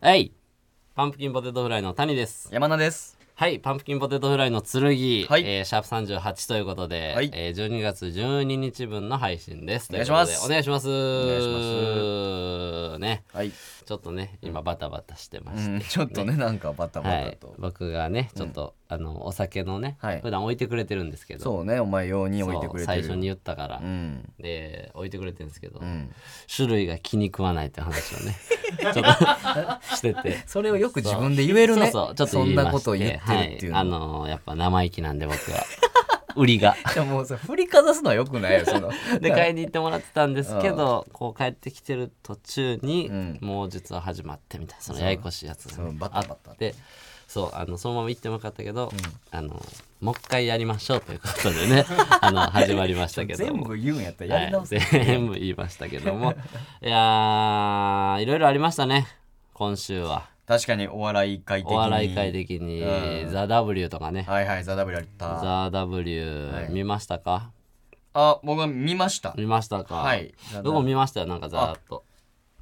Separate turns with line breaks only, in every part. はい。パンプキンポテトフライの谷です。
山名です。
はい。パンプキンポテトフライの剣、
はい
えーシャープ38ということで、
はい
えー12月12日分の配信です。
お願いします
ということでお願いします。ね。
はい。
ちょっとね、今バタバタしてま
う
して。
ん、 ちょっとね、なんかバタバ
は
タ
い
と、。
僕がねちょっと、あのお酒のね、
はい
普段置いてくれてるんですけど
そうね、お前用に置いてくれて
最
る。
初に言ったから、
うん。
で置いてくれてるんですけど、
うん。
種類が気に食わないって話を ねちょっと してて
それをよく自分で言えるね。
そうそうちょっと言い
そ
ま
ん
して
なことを言ってるっていうの。
はい、あのーやっぱ生意気なんで僕は 売り が
でもさ、振りかざすのはよくないよ、その。
で買いに行ってもらってたんですけどこう帰ってきてる途中に、
うん
もう実は始まってみたいなそのややこしいやつがね、
そうバタバタ
あってそうあのそのまま行ってもよかったけど、あのもう一回やりましょうということで ねあの始まりましたけど
全
も
部言うんやったらやり直す。
はい、全部言いましたけ どもいやーいろいろありましたね今週は
確かにお笑い会的に。
お笑い界。的に「ザ・ w とかね
はいはい、ザ・ダブルやっ
「
た。
ザ・ w
はい
見ましたか
あ、僕は見ました。
見ましたか
はい
どこ見ましたよなんかざーっと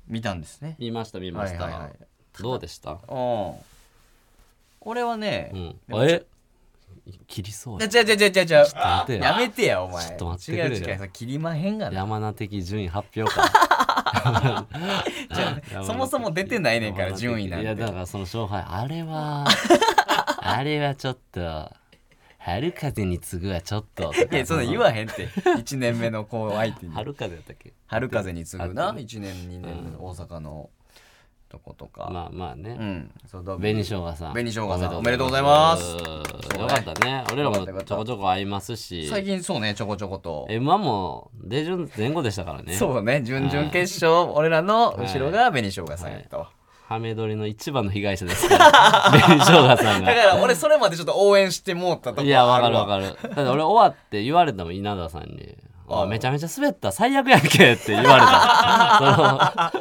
見たんですね。
見ました見ました、
はいはいはい
どうでした
うん。俺はね、
うんあえ切りそうや
じゃじゃじゃじゃじゃ
待てよ
やめてやお前
ちょっと待ってくれよ
違う違うそれ切りまへんがな
山名的順位発表か
そもそも出て ないねんから順位なん
い
て
やだからその勝敗あれ はあれはちょっと春風に次ぐはちょっと
いやそんな言わへんって1年目の子を相手に
春風やったっけ
春風に次ぐ
あ
な
と
1年2年目の大阪のとことか、
まあまあ
う
ね、
んそうだ
紅しょうがさん
紅生姜さんおめでとうございます
うんよかったね俺らも
よかったよかった
ちょこちょこ会いますし
最近そうねちょこちょこと
m 1も出順前後でしたからね
そうね準々決勝俺らの後ろが紅生姜さんやったわ、
ハメ撮りの一番の被害者ですから 紅しょうがさん
だ
が
から俺それまでちょっと応援してもうたとこ
いやわかるわ
る
かるだって俺終わって言われたもん稲田さん に「
あ
あめちゃめちゃ滑った最悪やんけ」って言われ た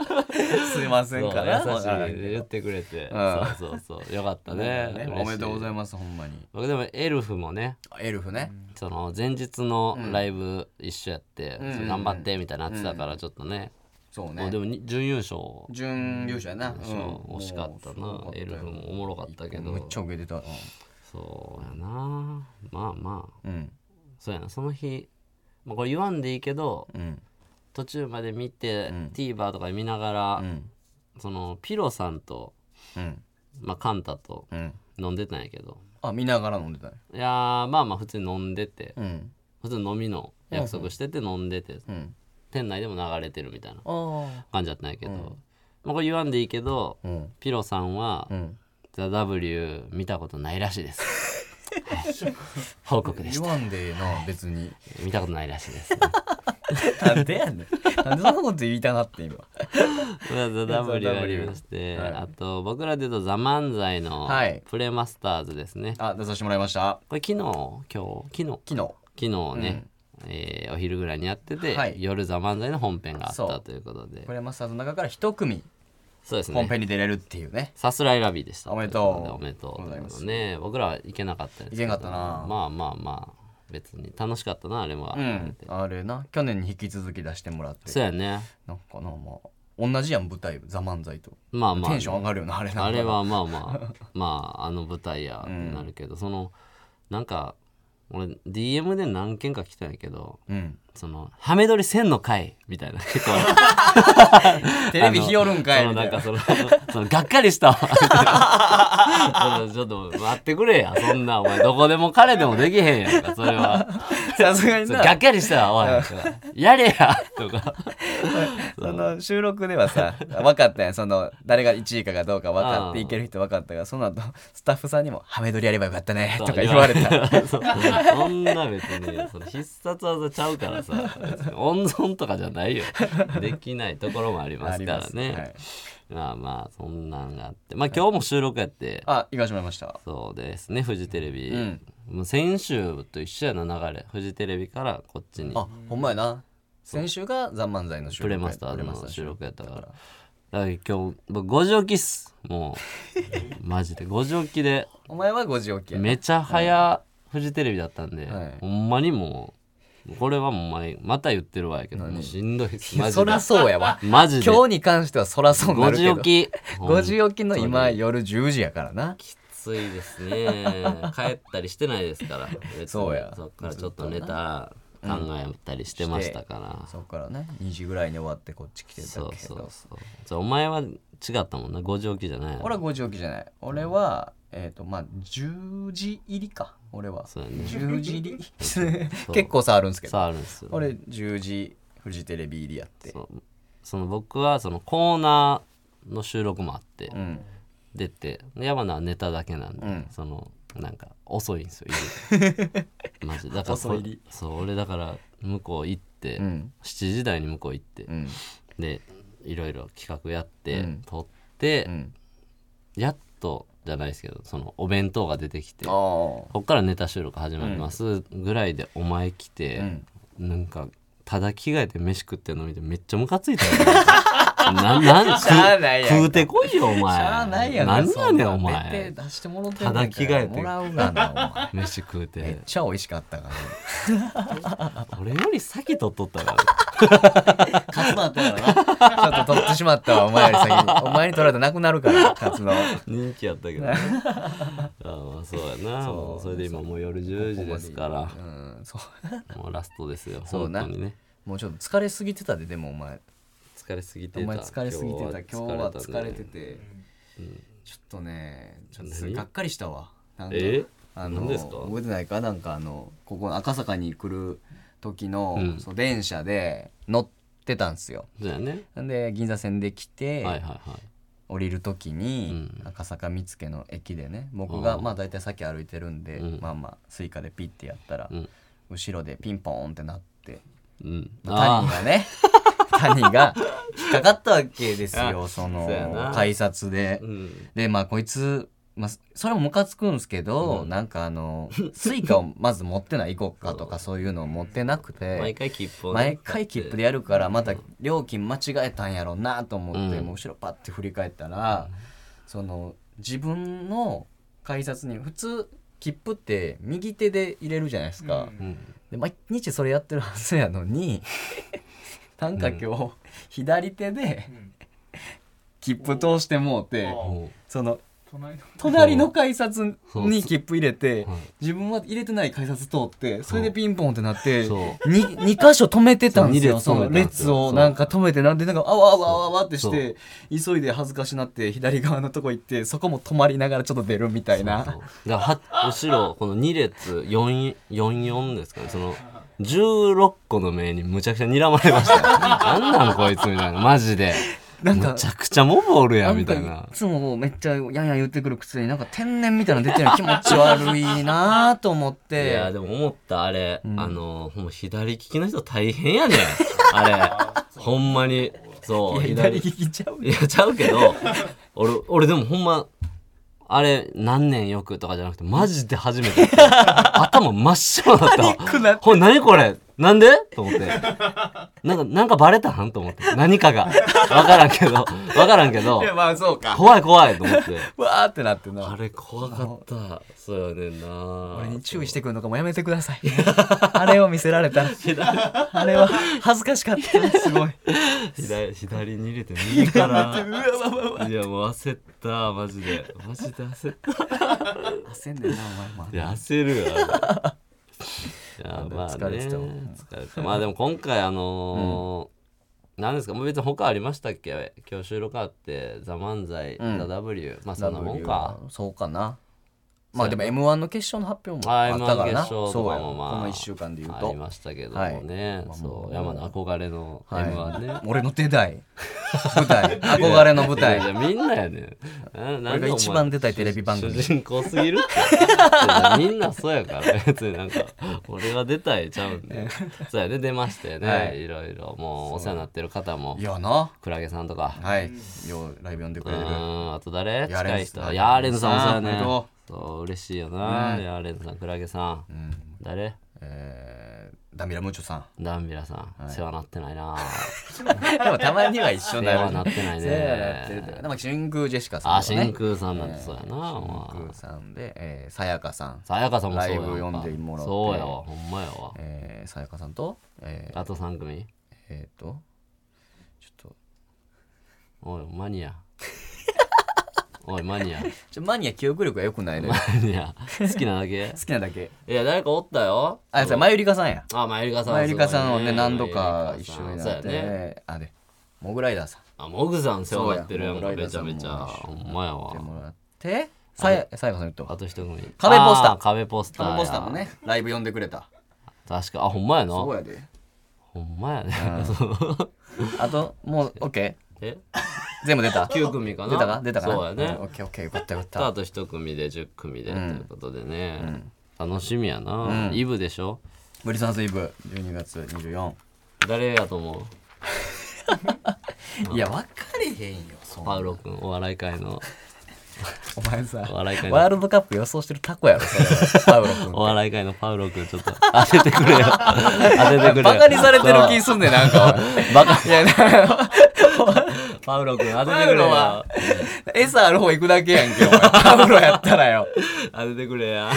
すいま
そ
せん
の
か
そう
ら
優し
わからん
い
けど
言ってくれて、
うん
そうそうそうよかったね
ねおめでとうござい
ます
ますほんまに
僕でもエルフもね
あエルフね、
その前日のライブ一緒やって、
うん
それ頑張ってみたいなやってたからちょっとね,、
そう
あ
ね
でもに準優勝で
準優勝やな、
しょ惜しかったなエルフもおもろかったけど
めっちゃ受けてた
そうやなまあまあ
うん
そうやなその日、まあ、これ言わんでいいけど
うん
途中まで見て、
うん
TVer とかで見ながら、
うん
そのピロさんと、
うん
まあ、カンタと
うん
飲んでたんやけど
あ見ながら飲んでたね
いやーまあまあ普通に飲んでて
うん
普通に飲みの約束してて飲んでて、
うん
店内でも流れてるみたいな
あ
感じだったんやけど、
うん
まあ、これ言わんでいいけど
あうん
ピロさんは
うん
「ザ・ w 見たことないらしいです。はい、報告でし
言
た。
わんでええな別 に
見たことないらしい です。
なんでやねんなんでそんなこと言いたなって今
ザ・ W がありまして、
はい
あと僕らで言うと「ザ・漫才」の
はい
プレマスターズですね、
あ出させてもらいました
これ昨日今日昨日
昨日
昨日ね、えーお昼ぐらいにやってて、
はい
夜「ザ・漫才」の本編があっ
そ
た
う
ということで
プレマスターズの中から一組
そうです
本
ね
編に出れるっていうね
さすらいラビーでした
おめでとう
いことでおめでとう
ございます
ね僕らは行けなかったですけど
行けなかったな
まあまあまあ別に楽しかったなあれも、
うんあれな去年に引き続き出してもらって
そうやね
なんかなまあ同じやん舞台「ザ漫才と
まあまあ
テンション上がるよなあれなんかな
あれはま あまあまああの舞台やってなるけど、そのなんか俺 DM で何件か来たんやけど
うん
そのハメ撮りせんのかいみたいな結構
テレビ日和るんかい
あの
みたいな。
そのなんかそのそのがっかりしたわ そのちょっと待ってくれやそんなお前どこでも彼でもできへんやんかそ れは
さすがに
それが
な
っ、かりしたわお いやれやとか
その収録ではさ、分かったやん、その、誰が1位かがどうか分かって、
うん
いける人分かったが、その後、スタッフさんにも、ハメ撮りやればよかったね、
そ
と
う
か言われた。
そう そんな別にその必殺技ちゃうからさ別に温存とかじゃないよできないところもありま
あ
す
り
か
ま
ら
す
ねま
はい
あまあそんなんがあってまあ今日も収録やって、
あ、行かしてもらいました。
そうですねフジテレビ、
うん
もう先週と一緒やな流れフジテレビからこっちに
あ、ほんまやな。先週が、ザ・漫才の収録
プレ
や。
マスターズ
プレマスタ
の
ー
収
収録
録やったからだから今日僕5時起きっすもうマジで5時起きで
お前は5時起きや。
めちゃ早フジテレビだったんで、
はい
ほんまにもうこれはもうお前また言ってるわやけどもうしんどいですマジ
そ
で
らそうやわ
マジで
今日に関してはそらそうな
5
るけ
時
ど
起き
5時起きの
本当
今
に
夜10時やからな
きついです ね帰ったりしてないですから別に
そうや
そっからちょっとネタ考えたりしてましたから、
そっからね2時ぐらいに終わってこっち来てた
そう
け
そ
ど
うそうじゃあお前は違ったもんな5時起きじゃないの
俺は5時起きじゃない俺はえっとまあ10時入りか俺は
そうやね
10時入り 結構差あるんですけど
さああるんですよ
俺10時フジテレビ入りやって
そうその僕はそのコーナーの収録もあって、
うん
出てで山名はネタだけなんで、
うん
そのなんか遅いんですよ 入りマジでだから
遅い入り
こそう俺だから向こう行って、
うん
7時台に向こう行って、
うん
でいろいろ企画やって、
うん
撮って、
うん
やっとじゃないですけどそのお弁当が出てきて
あ
こ
あ
っからネタ収録始まりますぐらいでお前来て、なんかただ着替えて飯食ってるの見てめっちゃムカつい たよななん
しゃあないやんか
食うてこいよお前
しゃあないやん
なんやねん
そ
お
な
前
出て出してもろてんねんから
ただ着替えて
もらうが な
飯食う
お前めってちゃ美味しかったから
俺より先取っとったから
カツだったよな。ちょっと取ってしまったわ、お前より先に。お前に取られたらなくなるから、カツの。
人気やったけ どねああまあそうやな
そう
もうそれで今もう夜10時ですから
うん、そう。
もうラストですよ
そう
本
な
当にね
もうちょっと疲れすぎてたで、でもお前。
疲れすぎて
お
た
前疲れすぎてた。今日は疲れ
ね
てて。ちょっとね、ちょっとがっかりしたわ。なんか
え
あの
何ですか
覚えてないかなんかあのここ赤坂に来る時の,、
うん
その電車で乗ってたんですよ
じゃあね、
なんで銀座線で来て、
はいはいはい
降りる時に、
うん
赤坂見附の駅でね僕が
うん
まあ大体さっき歩いてるんで、
うん
まあまあスイカでピッてやったら、
うん
後ろでピンポーンってなって
うん
谷
あ
が ね谷が引っかかったわけですよ
あ
そ
そうやな
の改札で。
ーうん
でまあこいつ、まあ、それもムカつくんですけど、
うん
なんかあのスイカをまず持ってない行こうか とかそういうのを持ってなくて
毎回切符をね
毎回切符でやるからまた料金間違えたんやろうなと思って、
うん
もう後ろパッて振り返ったら、その自分の改札に普通切符って右手で入れるじゃないですか、
うん
で毎日それやってるはずやのになんか今日、左手で切符通してもうて、
もう
その
隣の
隣の改札
そう
に切符入れて
はい
自分は入れてない改札通ってそれでピンポンってなって
そう
に二箇所止めてたんですよそ
そ
うの
二
列
列止めたんですよ
をなんか止めてなんでなんかあわあわあわあわってして急いで恥ずかしなって左側のとこ行ってそこも止まりながらちょっと出るみたい
そうだ
な
からは後ろこの2列44ですかねその16個の目にむちゃくちゃ睨まれまし たよなんなんこいつみたいなマジで
なん
む
か
ちゃくちゃモブおるやんみたい
なん
な
かいつもめっちゃやんやん言ってくるくせになんか天然みたいなの出てるの気持ち悪いなと思っ
い
て
やでも思ったあれ、あのほんま左利きの人大変やねんあ れほんまにそう
左利きちゃう
いやちゃうけど俺俺でもほんまあれ何年よくとかじゃなくてマジで初めて 頭真っ白だったわ
ックな
ほん何これなんでと思ってなんかなんかバレたんと思って何かが分からんけど分からんけど
いやまあそうか
怖い怖いと思って
わーってなってな
あれ怖かったそうやねんな
俺に注意してくるのかもやめてくださいあれを見せられたあれは恥ずかしかったすごい
左左に入れて右か
う
ら
わわわわ
いやもう焦ったマジでマジで焦った
焦んねんなお前も
いや焦るわい やまあね
疲れてたわ
疲れてたまあ でも今回あのー何ですかもう別に他ありましたっけ今日収録あって「ザ・漫才」
うん
ザ・ W」まあそんなもんか
W はそうかなまあでも m 1の決勝の発表も
あ
あ
ー
ったからな
M1 決勝と
そう
か
や
も
こ
まあ
の1週間で言う
あり
と
ましたけどもね、
はい
そう山の憧れの
はい
m 1ね、
俺の出 台舞台憧れの舞
いやい
台
やみんなや ねんななん
俺
でお前
が一番出たいテレビ番組
主人公すぎるって みんなそうやから別になんか俺は出たいちゃうんでそうやね出ましたよね、
はい
い、ろいろもうお世話になってる方も
いやな
クラゲさんとか、
はいようライブ呼んでく
う
れてる
んあと誰
ヤー
近
レ
い
ンズ
人ヤーレンズさんもそうや
おめで
ね
と
そう嬉しいよな、
ね
ヤーレンズさんクラゲさん、
うん
誰
えーダミラムーチョさん
ダンビラさん、
はい
世話なってな いな
でもたまには一緒
世
だよ
話なってない
せーのやってると
ね
でも真空ジェシカさん
あ
とかね
真空さんなんてそうやな、
真
ま
空
あ
さんでえーさやかさん
さやかさんもそうやんか
ライブ呼んでもらって
そうやわほんまやわ
えーさやかさんとえー
あと3組
えーとちょっと
おいマニア おいマニア
ちょマニア記憶力が良くないのよ
マニア好きなだけ
好きなだけ
いや誰かおったよ
あさまゆりかさんや
あマユリカさん
まゆりかさんを
そうだ
ね何度か一緒に
そう
な
や
って
ね
あでモグライダーさん
あモグさん世話になってるやん
そうや
かめちゃめちゃほ
モ
んまや
やって
わ
もらってさやさやかさん言った
あと一組
壁ポスター
あ壁ポスターや
ポスターもねライブ呼んでくれた
確かあほんまやな
そう
ほ
やで
んまやね
あともう OK
え
全部出た
9組かな
出たか出たかな
そうやね
オッケーオッケーよかったよかっ
あ
た
と一組で10組でということでね楽しみやなイブでしょ
ブリサンスイブ12月24
誰やと思う
いや分かれへんよそんな
パウロ君お笑い界の
お前さ
お笑い界の
ワールドカップ予想してるタコやろ それはパウロ君
お笑い界のパウロ君ちょっと当て てくれよ当ててくれよ
バカにされてる気すんねんなんかバカいや
パウロ君当て
パ
て
ウ
くれ
ロ
よ
は餌ある方行くだけやんけお 前パウロやったらよ
当ててくれや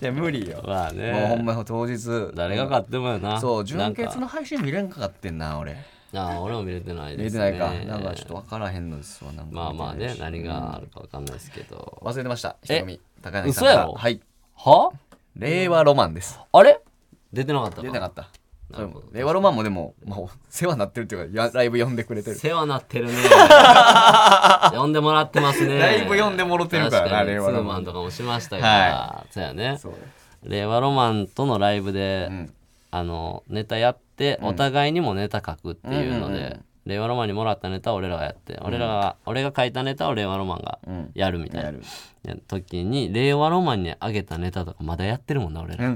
いや無理よ
まあ
もうほん
ね
ま当日
誰が勝ってもやな
そう
な
純
んか
潔の配信見れんかかってんな俺
ああ俺も見れてない
見
で
れ
す
て
ね
ないかなんかちょっと分からへんのですわなんか
まあまあ
見てな
ね
いし
何があるかわかんないですけど
忘れてました
え
人見高柳さん
嘘や
が
ろ
はい
は
令和ロマンです
あれ出てなかったか
出なかった
なるほど
令和ロマンもでももう世話になってるっていう かやライブ呼んでくれてる
世話なってる ね呼んでもらってますね
だいぶ呼んでもろてるからな
確に
令和ロマン
ツーマンとかもしましたからそうやね
そう
令和ロマンとのライブで、
ん
あのネタやって、お互いにもネタ書くっていうので、
うんうんうん
令和ロマンにもらったネタを俺らがやって、俺らが俺が書いたネタを令和ロマンが
ん
やるみたいな、
やる
や時に令和ロマンにあげたネタとかまだやってるもんな俺ら、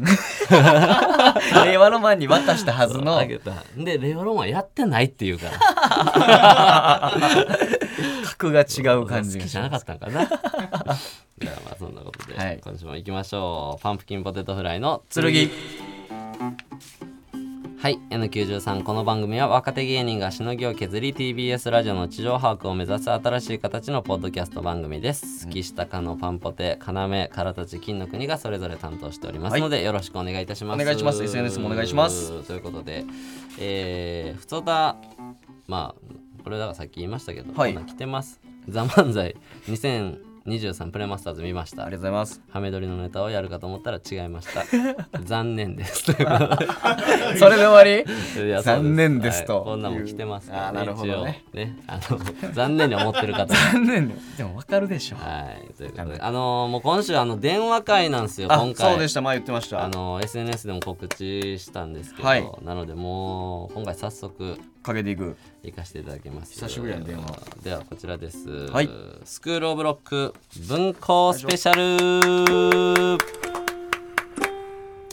令和ロマンに渡したはずの
あげたで令和ロマンやってないって言うから
格が違う感じ
好
がし
きじゃなかったんかなじゃ あまあそんなことで、
はい
今週も行きましょうパンプキンポテトフライの剣
剣
はい N93 この番組は若手芸人がしのぎを削り TBS ラジオの地上把握を目指す新しい形のポッドキャスト番組です、岸高のパンポテ要からたち金の国がそれぞれ担当しておりますので、よろしくお願いいたします
お願いします SNS もお願いします
ということでえー、ふつおたまあこれだからさっき言いましたけど、
はい
こんなん来てます「ザ漫才2023プレマスターズ見まし
ありが
た
とうございます
ハメ撮りのネタをやるかと思ったら違い ました残念です」ということで
それで終わ
いや
残念です
はい
と
こんなんも来てますから、ね、
あーなるほどね
一応ねあの残念に思って る方
り残念でも分かるでしょ
はいということであのーもう今週あの電話会なんですよ
あ
今回
そうでした前言ってました
あのー SNS でも告知したんですけど、
はい
なのでもう今回早速
かけていく
行かせていただきます
久しぶりやね電話
ではこちらです、
はい
スクールオブロック文庫スペシャル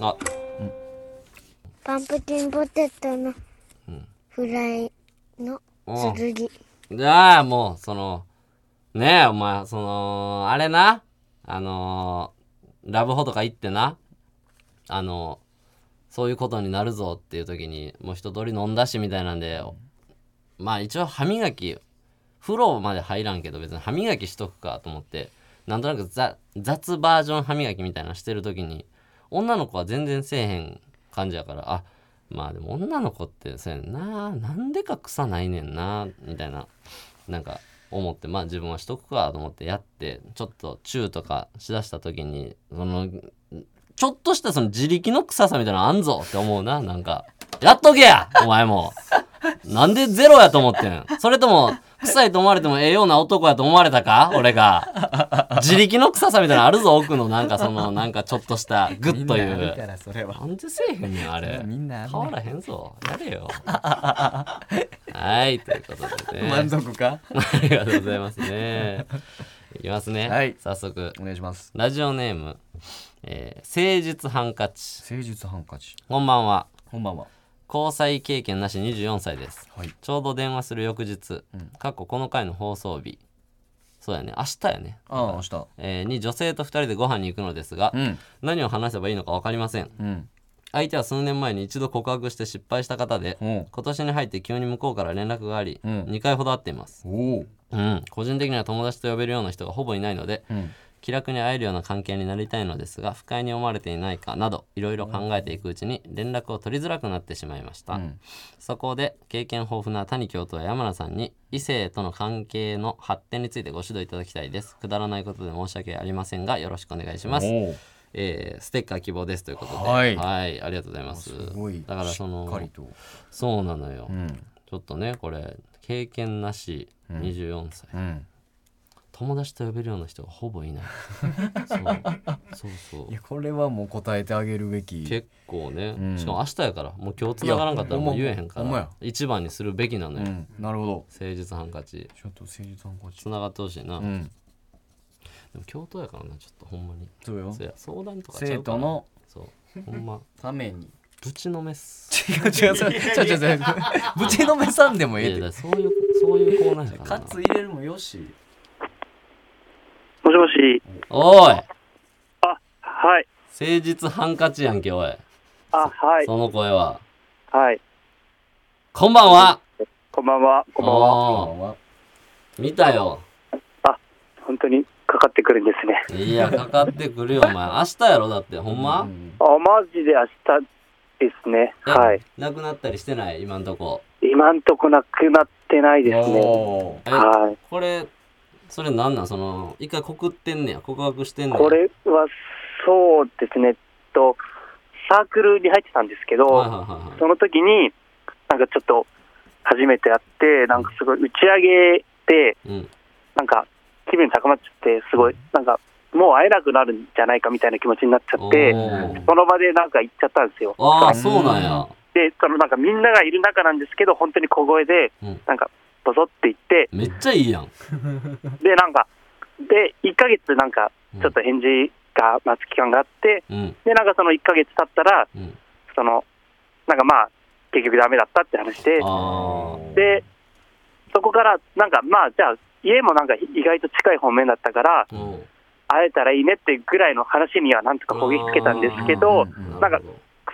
あ
パンプキンポテトのフライの
おう
剣。
じゃあもうそのねえお前そのあれなあのーラブホとか行ってなあのそういうことになるぞっていう時にもう一通り飲んだしみたいなんでまあ一応歯磨き風呂まで入らんけど別に歯磨きしとくかと思ってなんとなくざ雑バージョン歯磨きみたいなのしてる時に女の子は全然せえへん感じやからあまあでも女の子ってそうやんななんでか臭ないねんなみたいななんか思ってまあ自分はしとくかと思ってやってちょっとチューとかしだした時にそのちょっとしたその自力の臭さみたいなのあんぞって思うななんかやっとけやお前もなんでゼロやと思ってんそれとも臭いと思われてもええような男やと思われたか俺が自力の臭さみたいなのあるぞ奥のなんかそのなんかちょっとしたグッとい
みんなある
う
からそれは
なんでせえへんねんあれ
みんなあるね
変わらへんぞやれ よはいということでね
満足か
ありがとうございます ねいきますね、
はい
早速
お願いします
ラジオネーム、えー、誠実ハンカチ
誠実ハンカチ
こんばんは
こんばんは
交際経験なし24歳です
はい
ちょうど電話する翌日、過去この回の放送日そうやね明日やね、
ああ明日
えーに女性と2人でご飯に行くのですが、
うん
何を話せばいいのか分かりません
うん
相手は数年前に一度告白して失敗した方で、
うん
今年に入って急に向こうから連絡があり、
うん
2回ほど会っています、
おお
うん、個人的には友達と呼べるような人がほぼいないので、気楽に会えるような関係になりたいのですが不快に思われていないかなどいろいろ考えていくうちに連絡を取りづらくなってしまいました、
うん
そこで経験豊富な谷教頭や山名さんに異性との関係の発展についてご指導いただきたいですくだらないことで申し訳ありませんがよろしくお願いします、
おう
えーステッカー希望ですということでは
はい
ありがとうございます
すごい
だからその
しっかりと
そうなのよ、
うん
ちょっとねこれ経験なし24歳、
うん
友達と呼べるような人がほぼいない そうそうそう
いやこれはもう答えてあげるべき
結構ね、
うん
しかも明日やからもう今日繋がらんかったらもう言えへんか
いやほんま
ら
や
一番にするべきなの
う
よ、
んなるほど
誠実ハンカチ
ちょっと政治参考
繋がってほしいな、
う
で
ん
も教頭やからなちょっとほんまに
そうよ
そうや相談とかちゃ
生
うから
徒の
そうほんま
ために
ぶちのめっす
違う違う違う違う違うぶちのめさんでも
い
え
や
え
いや
で
だからそういうそういうコーナーやから
カ
な
ツ入れるもよし
もしもし。
おい
あ、はい。
誠実ハンカチやんけおい、
あ、はい。
その声は
はい。
こんばんは
こんばんは。こんばんは。
おー見たよ
本当にかかってくるんですね。
いやかかってくるよお前明日やろだってほんま、
うん
あ、マジで明日ですね。
え
はい。
なくなったりしてない今んとこ
今んとこなくなってないですね。
お
え
はい。
これそれなんなんその一回告ってんねや告白してんねや
これは、そうですね。と、サークルに入ってたんですけ
はい
ど、
はいはい
その時に、なんかちょっと、初めて会って、なんかすごい打ち上げで、
はいうん
なんか気分高まっちゃって、すごい、なんか、もう会えなくなるんじゃないかみたいな気持ちになっちゃって、
おー
その場でなんか行っちゃったんですよ。
ああそうなんや
で、そのなんかみんながいる中なんですけど、本当に小声で
うん、
なんか、ボソって言って、
めっちゃいいやん
で、なんか、で、1ヶ月なんか、
うん
ちょっと返事が待つ期間があって、
うん
で、なんかその1ヶ月経ったら、
うん
その、なんかまあ、結局ダメだったって話で、
あ
で、そこから、なんかまあ、じゃあ、家もなんか意外と近い方面だったから、
あうん
会えたらいいねってぐらいの話にはなんとかこぎつけたんですけど
うん、
なんか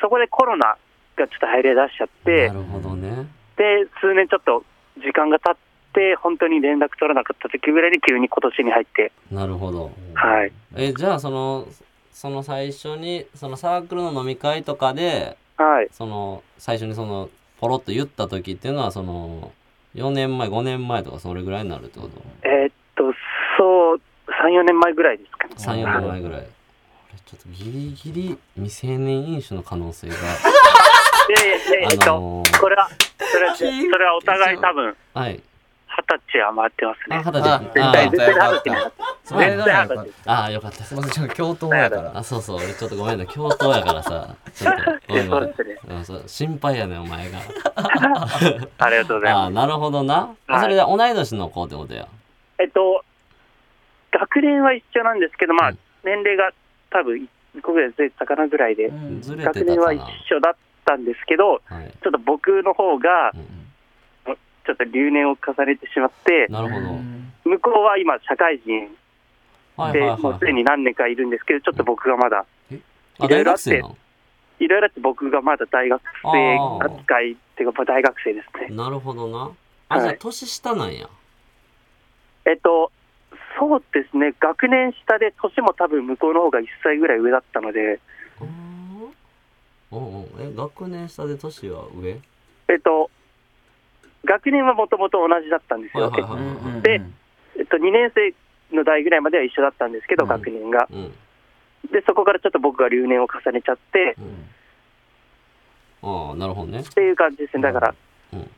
そこでコロナがちょっと入り出しちゃって、
なるほどね
で数年ちょっと時間が経って本当に連絡取らなかった時ぐらいに急に今年に入って
なるほど
はい
えじゃあそのその最初にそのサークルの飲み会とかで
はい
その最初にそのポロッと言った時っていうのはその4年前5年前とかそれぐらいになるってこと
えーっとそう34年前ぐらいですか ね
34年前ぐらい俺ちょっとギリギリ未成年飲酒の可能性が
いやいやいや えーっ
あ
と、
のー
これはそれはそれはお互い多分
はい
二十歳は回ってます
あ
ね
肌
あ
で
絶
あ
対
絶
絶対
対二
よ
十歳に
か
な
っ
った
絶対よかっ
絶
あーよかった
たすいませんちょっと教頭やか
あ
ら
そうそう俺ちょっとごめんな教頭やから さちょっとごめんごめん
そうです
うんそう心配やねんお前が
ありがとうござい
ああ
ます
なるほどな、
はい
それで同い年の子ってことや
えーっと学年は一緒なんですけどまあ
うん
年齢が多分1個ぐらいずれてたかなぐらいで、
うん
ずれて
学
た
年
か
は一
な
緒だったんですけど、
はい、
ちょっと僕の方が
う、
ちょっと留年を重ねてしまって、
なるほど
向こうは今、社会人
はいはい
で、
はい
もうすでに何年かいるんですけど、ちょっと僕がまだ、
あ
いろ
大
いろあ
学
って
生なの
いろいろあって僕がまだ大学
あ
生
ー
扱いっていうか、まあ大学生ですね。
なるほどなあじゃ
は
あ
い
年下なんや、
えっと、そうですね、学年下で、年も多分向こうの方が1歳ぐらい上だったので、
うーんおうおうえ学年下で年は上
えっと、学年はもともと同じだったんですよ。
はいはいはい
でえっと、2年生の代ぐらいまでは一緒だったんですけど、
うん
学年が。
うん
で、そこからちょっと僕が留年を重ねちゃって、
うんああなるほどね
っていう感じですね。だから、
うん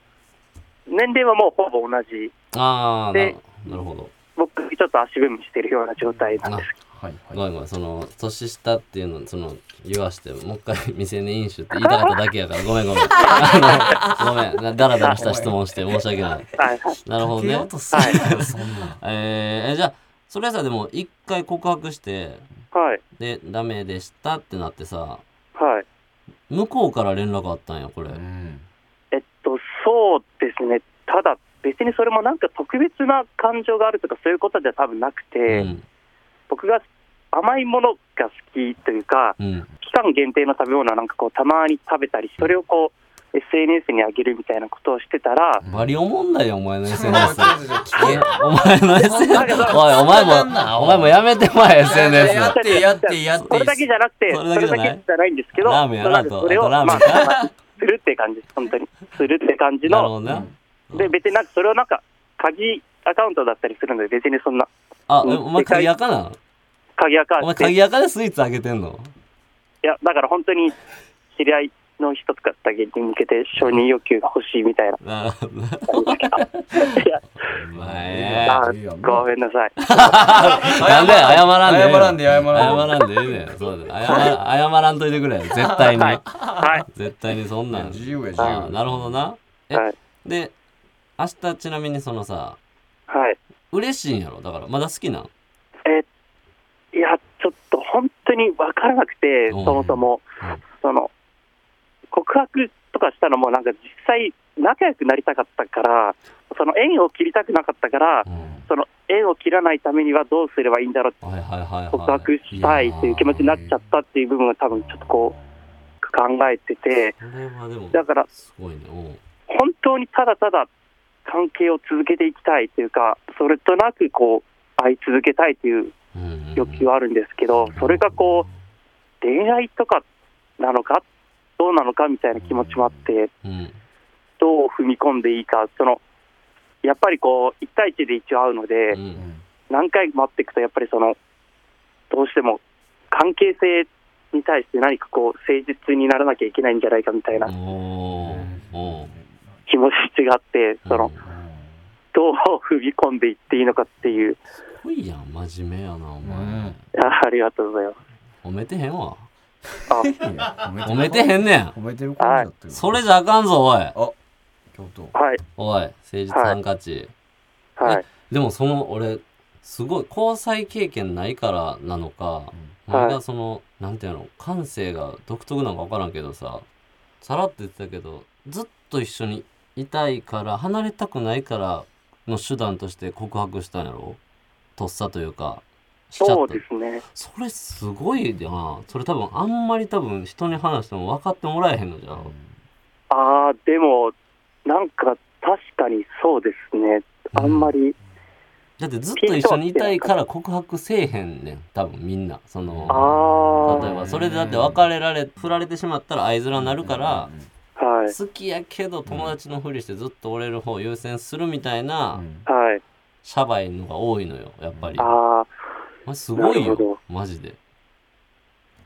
年齢はもうほぼ同じ。
ああな
で
なるほど
僕、ちょっと足踏みしてるような状態なん
あ
です。
はい
ご
は
めんごめんその年下っていうのその言わしてもう一回未成年飲酒って言いたかっただけやからごめんごめんあのごめんなダラダラした質問して申し訳ない
はいはい。
なるほど
い
ね
とするよそんな
えーえじゃあそれさでも一回告白して
はい。
でダメでしたってなってさ
はい。
向こうから連絡あったんやこれ、
ん
えっと、そうですね。ただ、別にそれもなんか特別な感情があるとかそういうことでは多分なくて、
うん
僕が甘いものが好きというか、
うん。
期間限定の食べ物はなんかこうたまに食べたり、それをこう SNS に上げるみたいなことをしてたら、
バリおもんないよ、お前の SNS。
SNS
お前の SNS。おい、お前も、お前もやめてまえ、SNS。
やってやってやって
それだけじゃなくて、
そ
そ
れだけ
れ
じゃ
だ
ない
けじゃないんですけど、
ラーメンやな
まあ
と
それ
あと
を、
ラー
ま
メン
あ、するって感じです、本当に。するって感じ
なるほど
の、
ね。
で、別になんかそれをなんか、鍵アカウントだったりするので、別にそんな、
あ、えお前鍵垢なの
鍵アカ
お前
って、い
鍵垢でスイーツあげてんの
や、だから本当に知り合いの人とかだけに向けて承認欲求が欲しいみたい
な
な。
るほどね。
いや
お前
あ
いいよ
ごめんなさい。
なんで謝らんでええ
謝らんで謝らんで
謝らんでええねんそうだ謝謝らんといてくれ絶対に
はい。
絶対にそんなん
自由や自
あ
由
なるほどなえ
はい。
で明日ちなみにそのさ
はい。
嬉しいんやろだからまだ好きなん
えーいや、ちょっと本当に分からなくて、そ
うん
もそも、その、告白とかしたのも、なんか実際、仲良くなりたかったから、その縁を切りたくなかったから
う、ん
その縁を切らないためにはどうすればいいんだろう、
はいはいはいはい
告白したいっていう気持ちになっちゃったっていう部分が多分ちょっとこう、考えてて、
これはでも
だから
すごいねうん
本当にただただ関係を続けていきたいというか、それとなくこう、会い続けたいという
うんうんうん
欲求はあるんですけど、それがこう、恋愛とかなのか、どうなのかみたいな気持ちもあって、
うん
どう踏み込んでいいか、そのやっぱりこう、1対1で一応会うので
う、ん
何回も会っていくと、やっぱりその、どうしても関係性に対して何かこう、誠実にならなきゃいけないんじゃないかみたいな
おーおー
気持ちがあって、その
うん、
どう踏み込んでいっていいのかっていう、
すごいやん真面目やなお
う
前
ん
あありがとうございます。
褒めてへんわ
褒
褒めてへんねん
褒めてる感じだったよ
それじゃあかんぞおい
京都
はい、
おい誠実ハンカチ、
はい、
でもその俺すごい交際経験ないからなのか、
うん
俺がその、なんていうの感性が独特なのか分からんけどささらって言ってたけどずっと一緒にいたいから離れたくないからの手段として告白したんやろとっさというかしちゃ
そ
っ
う
た
ですね。
それすごいなそれ多分あんまり多分人に話しても分かってもらえへんのじゃん、
ああ、でも、なんか確かにそうですね。あんまり、
だってずっと一緒にいたいから告白せえへんねん多分みんなその
ああ、
例えばそれでだって別れられ振られてしまったら相面になるから
はい、
好きやけど友達のふりしてずっと俺の方優先するみたいな
はい。
シャバいのが多いのよやっぱり
あ
まあすごい
なるほ
よ
ど
マジで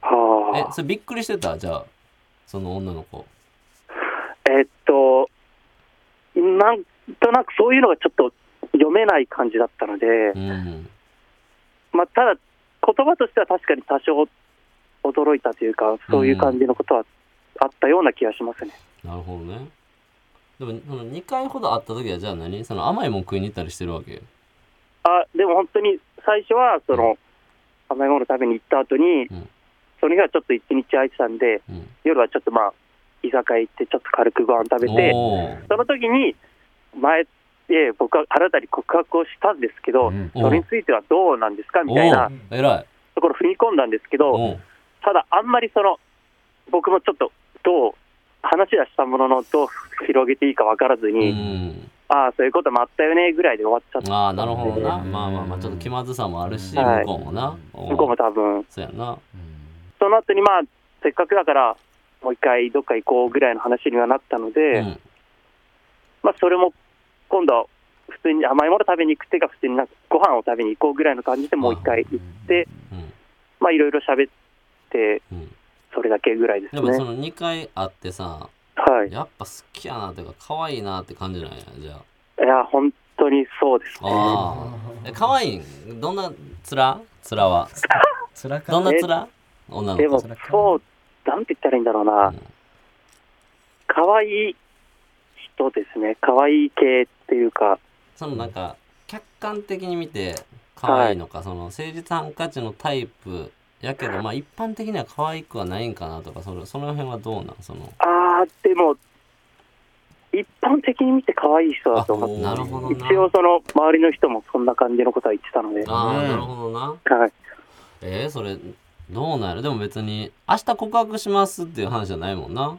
あ、は
え
あ。
それびっくりしてたじゃあその女の子
えっと、なんとなくそういうのがちょっと読めない感じだったので、
うん
まあ、ただ、言葉としては確かに多少驚いたというか、そういう感じのことはあったような気がしますね。
なるほどねでもその2回ほど会った時はじゃあ何その甘いもん食いに行ったりしてるわけ
あでも本当に最初はその甘いもの食べに行った後に、
うん
その日はちょっと一日空いてたんで、
うん
夜はちょっとまあ居酒屋行ってちょっと軽くご飯食べて
おー
その時に前で僕は新たに告白をしたんですけど、
お
それについてはどうなんですかみたいな
おー偉い
ところ踏み込んだんですけど
おー
ただあんまりその僕もちょっとどう話はしたもののどう広げていいか分からず
う
に、
ん
ああそういうこともあったよねぐらいで終わっちゃった
ああなるほどな
うん
まあまあまあちょっと気まずさもあるし向
はい
こうもなおー
向こうも多分
そうやな
その後にまあせっかくだからもう一回どっか行こうぐらいの話にはなったので、
うん
まあそれも今度は普通に甘いもの食べに行くっていうか普通になんかご飯を食べに行こうぐらいの感じでもう一回行って
うん
まあいろいろ喋って
うん
それだけぐらいです
で
ね
もその2回会ってさ
はいい
やっぱ好きやなというか可愛いなって感じなんやじゃ
や本当にそうですね
ああーえ可愛いんどんな面面は
つらか
どん
っ
な面女
で
の
も
子
そうなんて言ったらいいんだろうな
うん
可愛い人ですね可愛い系っていうか
そのなんか客観的に見て可愛いのかその誠実ハンカチのタイプやけどまあ一般的には可愛くはないんかなとかそのその辺はどうなんその
ああでも一般的に見て可愛い人だと思って
う
なるほどな
一応その周りの人もそんな感じのことは言ってたので、
ああ
うん
なるほどな
はい、
えー、それどうなるでも別に明日告白しますっていう話じゃないもんな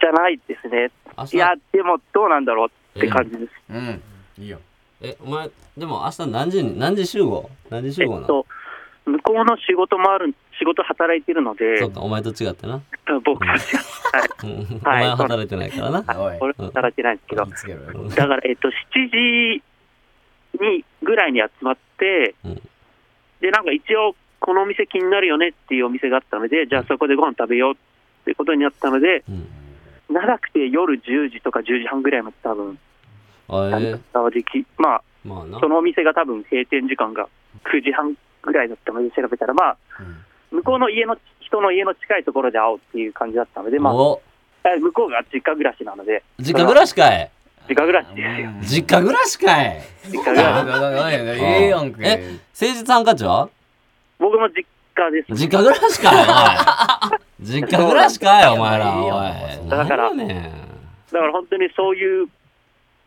じゃないですね。
明日
いや、でもどうなんだろうって感じです。
うん。いいよ。
えお前でも明日何時に何時集合何時
え
集合なの、
っと、向こうの仕事もある、仕事働いてるので
そ、っかお前と違ってな、
僕は、
うんお
はい
前は働いてないからな
おい。
俺は働いてないんですけど
見、つけろよ。
だから、えっと、7時にぐらいに集まって、
うん
で、なんか一応、このお店気になるよねっていうお店があったので、じゃあそこでご飯食べようってことになったので、
うん
長くて夜10時とか10時半ぐらいまで多分、
あえー
参加はでき、まあ、
まあな
そのお店が多分閉店時間が9時半ぐらいだったので調べたら、まあ、
うん
向こうの家の、人の家の近いところで会おうっていう感じだったので、まあ、
お
え向こうが実家暮らしなので、
実家暮らしかい
実家暮らしですよ。
うん
実家暮らしかい
実家暮らし。
ええやんけ。
え政治参加長
僕も実家です。
実家暮らしかいお い実家暮らしかいお前ら
いいよ
お
そ
い
ん
な
何やねん
だから本当にそういう、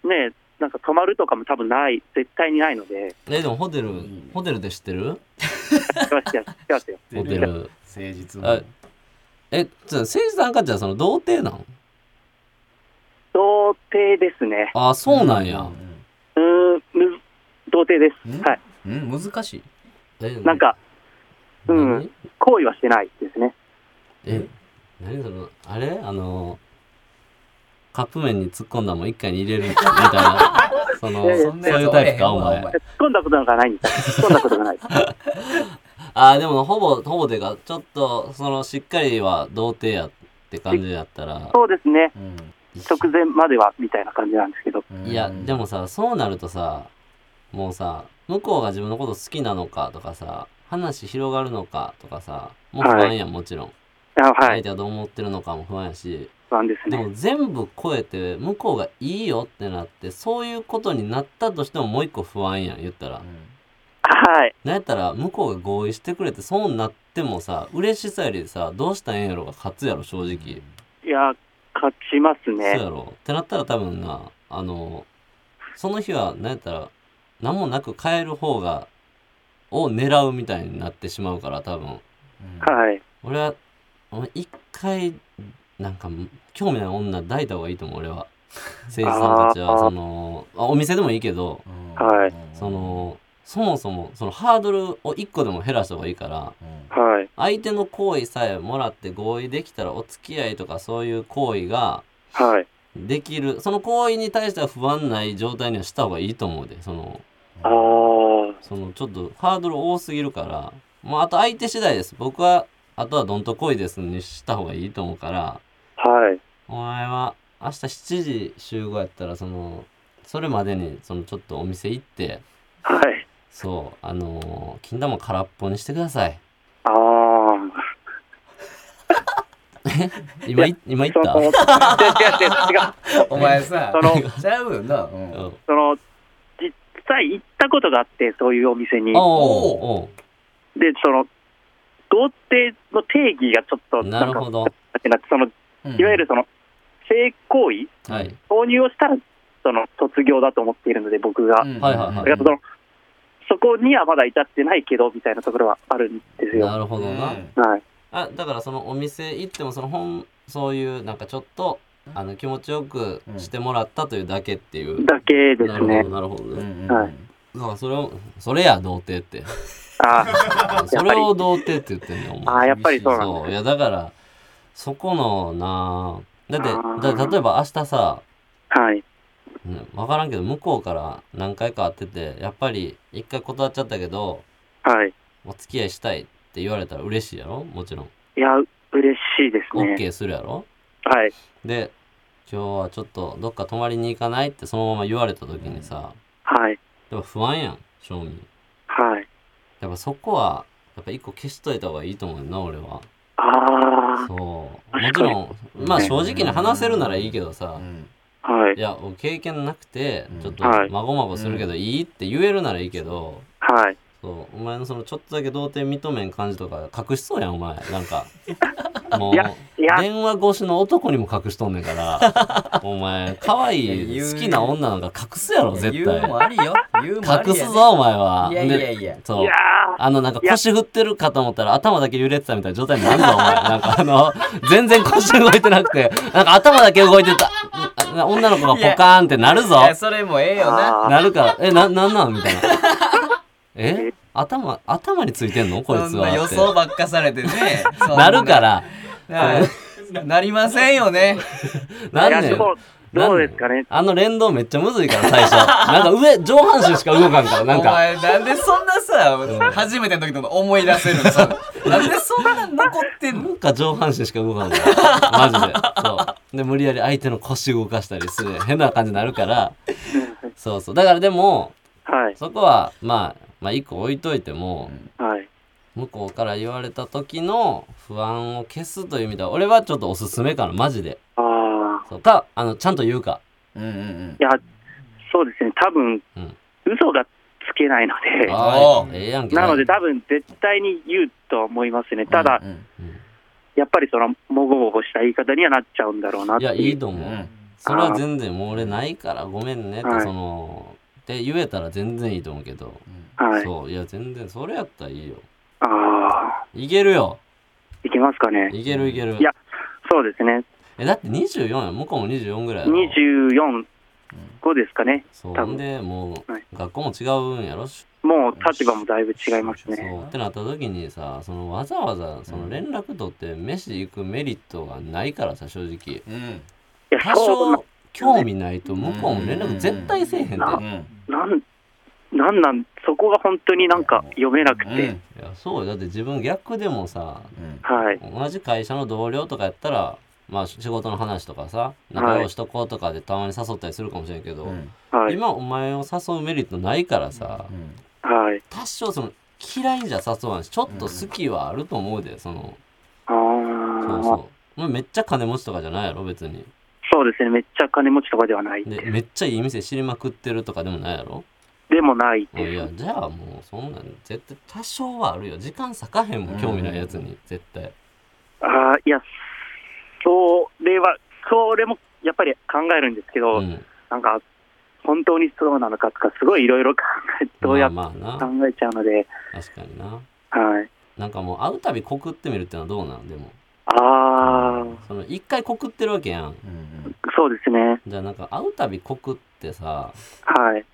ね、なんか泊まるとかも多分ない、絶対にないので、
えでもホテルホテルで知ってる
知ってますよ、知っ てますよ。
ホテル
誠実
あ
も。
えちょ政治参加長はその童貞なの
童貞ですね。
あそうなんや、
うーん、む童貞です。はい。
うん。うん、難しい。
え
なんか、う
何
ん、行為はしてないですね。
え何そのあれあのカップ麺に突っ込んだもん一回に入れるみたいなその
いやいや
そういうタイプかお前
突っ込んだことなんかないんです。突っ込んだこ とがない。
あーでもほぼほぼてかちょっとそのしっかりは童貞やって感じやったら
そうですね。
う
直前まではみたいな感じなんですけど、
ん。
いやでもさそうなるとさもうさ向こうが自分のこと好きなのかとかさ話広がるのかとかさもう不安やんもちろん、
あは
相
い、
手はどう思ってるのかも不安やし
不安です
で
ね。
も全部超えて向こうがいいよってなってそういうことになったとしてももう一個不安やん言ったら
はい、
なんやったら向こうが合意してくれてそうなってもさ嬉しさよりさどうしたらええんやろが勝つやろ正直、
いや、勝ちます
そう
ね。
やろってなったら多分なあのその日はなんやったら何もなく帰る方がを狙うみたいになってしまうから多分
はい、
俺はお前一回なんか興味ない女抱いた方がいいと思う俺 は誠治さんたちは
あー
そのあお店でもいいけど
はい
そ、のそもそもそのハードルを1個でも減らした方がいいから
はい、
相手の行為さえもらって合意できたらお付き合いとかそういう行為が
はい。
できるその行為に対しては不安ない状態にはした方がいいと思うでその
ああ、
そのちょっとハードル多すぎるからまああと相手次第です僕はあとはどんと恋ですにした方がいいと思うから
はい、
お前は明日7時集合やったらそのそれまでにそのちょっとお店行って
はい。
そうあのー、金玉空っぽにしてください
ああ、
今い今言
そ
っ
の、違う違う違 う
た、
お前さ
そ、の、
ちゃうよな。う
うんん
その、実際行ったことがあって、そういうお店に。
おうお
で、その、童貞の定義がちょっと、
うなる
んか
ほ、ど
ってなって、その、いわゆるその、性行為、
はい
購入をしたら、その、卒業だと思っているので、僕が。
うん、
はいはいはい
だからそのそこにはまだ至ってないけどみたいなところはあるんですよ。
なるほどな、
うん
はい、
あだからそのお店行ってもその本そういうなんかちょっとあの気持ちよくしてもらったというだけっていう、
だけで
な
す
るほ
ね
ど。なるほど、
うんうん
はい
だからそれをそれや童貞って
あ
それを童貞って言ってんのお
あ
前
ー、やっぱりそうなん
そう いやだからそこのなだ
あ
っ
ー
てだ例えば明日さ
だ。はい。
うん分からんけど向こうから何回か会っててやっぱり一回断っちゃったけど
はい。
お付き合いしたいって言われたら嬉しいやろもちろん
いや、嬉しいですね。
OK するやろ
はい。
で今日はちょっとどっか泊まりに行かないってそのまま言われた時にさ
はい。
やっぱ不安やん正味
はい。
やっぱそこはやっぱ一個消しといた方がいいと思うよな俺は
あ
そうもちろんまあ正直に話せるならいいけど
う
さ
ん
あ、はい
い。や俺経験なくて
うん
ちょっと
はい
まごまごするけどいいって言えるならいいけど
はい。
そうお前のそのちょっとだけ童貞認めん感じとか隠しそうやんお前なんかもう
いやいや
電話越しの男にも隠しとんねんから お前可愛い
いや言う
好きな女なんか隠すやろ
言
絶
うの
対
もありよ。言うもあり
隠
や
すぞお前はい
やいやいや
でそ
いうやー
あのなんか腰振ってるかと思ったら頭だけ揺れてたみたいな状態になるぞお前なんかあの全然腰動いてなくてなんか頭だけ動いてたあ女の子がポカーンってなるぞ
いや、それもええよな。
あー
なるからえななんなんみたいなえ頭頭についてんのこいつ
そんな
は
予
って
想ばっかされ てね。そん
なるから
はい。なりませんよね。
なんねん
いやそうどうですかね
あの連動めっちゃむずいから最初なんか上上半身しか動かんからなん
お
か
前なんでそんなさ、初めての時の思い出せるの さ。なんでそんな残ってん
な
の
んか上半身しか動かんから マジでそうで無理やり相手の腰動かしたりする変な感じになるからそうそうだからでも
はい。
そこはまあまあ一個置いといても、
はい。
向こうから言われた時の不安を消すという意味では俺はちょっとおすすめかなマジで
ああ。
そうかあのちゃんと言うか
うんうんうん
い。や、そうですね。多分、
うん
嘘がつけないので、
あ
お
あ
ー
ええやんけ
なので多分絶対に言うと思いますね。ただ、
うんうん
うん
やっぱりその、もごもごした言い方にはなっちゃうんだろうなっ
い
てい
や
う。
いいと思う、
うん
それは全然もう俺ないからごめんねって
はい
その、って言えたら全然いいと思うけど、
はい。
そういや全然それやったらいいよ
ああ
いけるよ
ー。いけますかね。
いけるいける
いや、そうですね。
えだって24やん向こうも24ぐらいやろ
24、5ですかね。
そ
多
う
分
んでも
はいう
学校も違うんやろし
もう立場もだいぶ違います
そ
ね。
うってなった時にさそのわざわざその連絡取って飯行くメリットがないからさ正直
うん
いや、
多
そうな
少興味ないと向こうも連絡絶対せえへんてい
うん
うん
なん、なんなん、そこが本当になんか読めな
う
くて、
ん
やそうよだって自分逆でもさ
うん
はい、
同じ会社の同僚とかやったらまあ仕事の話とかさ仲良しとこうとかでたまに誘ったりするかもしれんけど、
うん
はい、
今お前を誘うメリットないからさ、
うん
はい、
多少その嫌いじゃ誘わんしちょっと好きはあると思うでその、
あ
そう
ー
そうまあめっちゃ金持ちとかじゃないやろ別に
そうですね、めっちゃ金持ちとかではない、
でめっちゃいい店知りまくってるとかでもないやろ
でもない
い
です
や。じゃあもうそんなん絶対多少はあるよ時間割かへんもん興味ないやつに絶対
あーいや、それは、それもやっぱり考えるんですけど、
ん
なんか、本当にそうなのかとか、すごいいろいろ考え、どうやって
まあまあ
考
な
えちゃうので、
確かにな
はい。
なんかもう会うたび告ってみるってのはどうなんでも
ああ、
その一回告ってるわけやん
うん
そうですね、
じゃあなんか会うたび告ってさ
はい、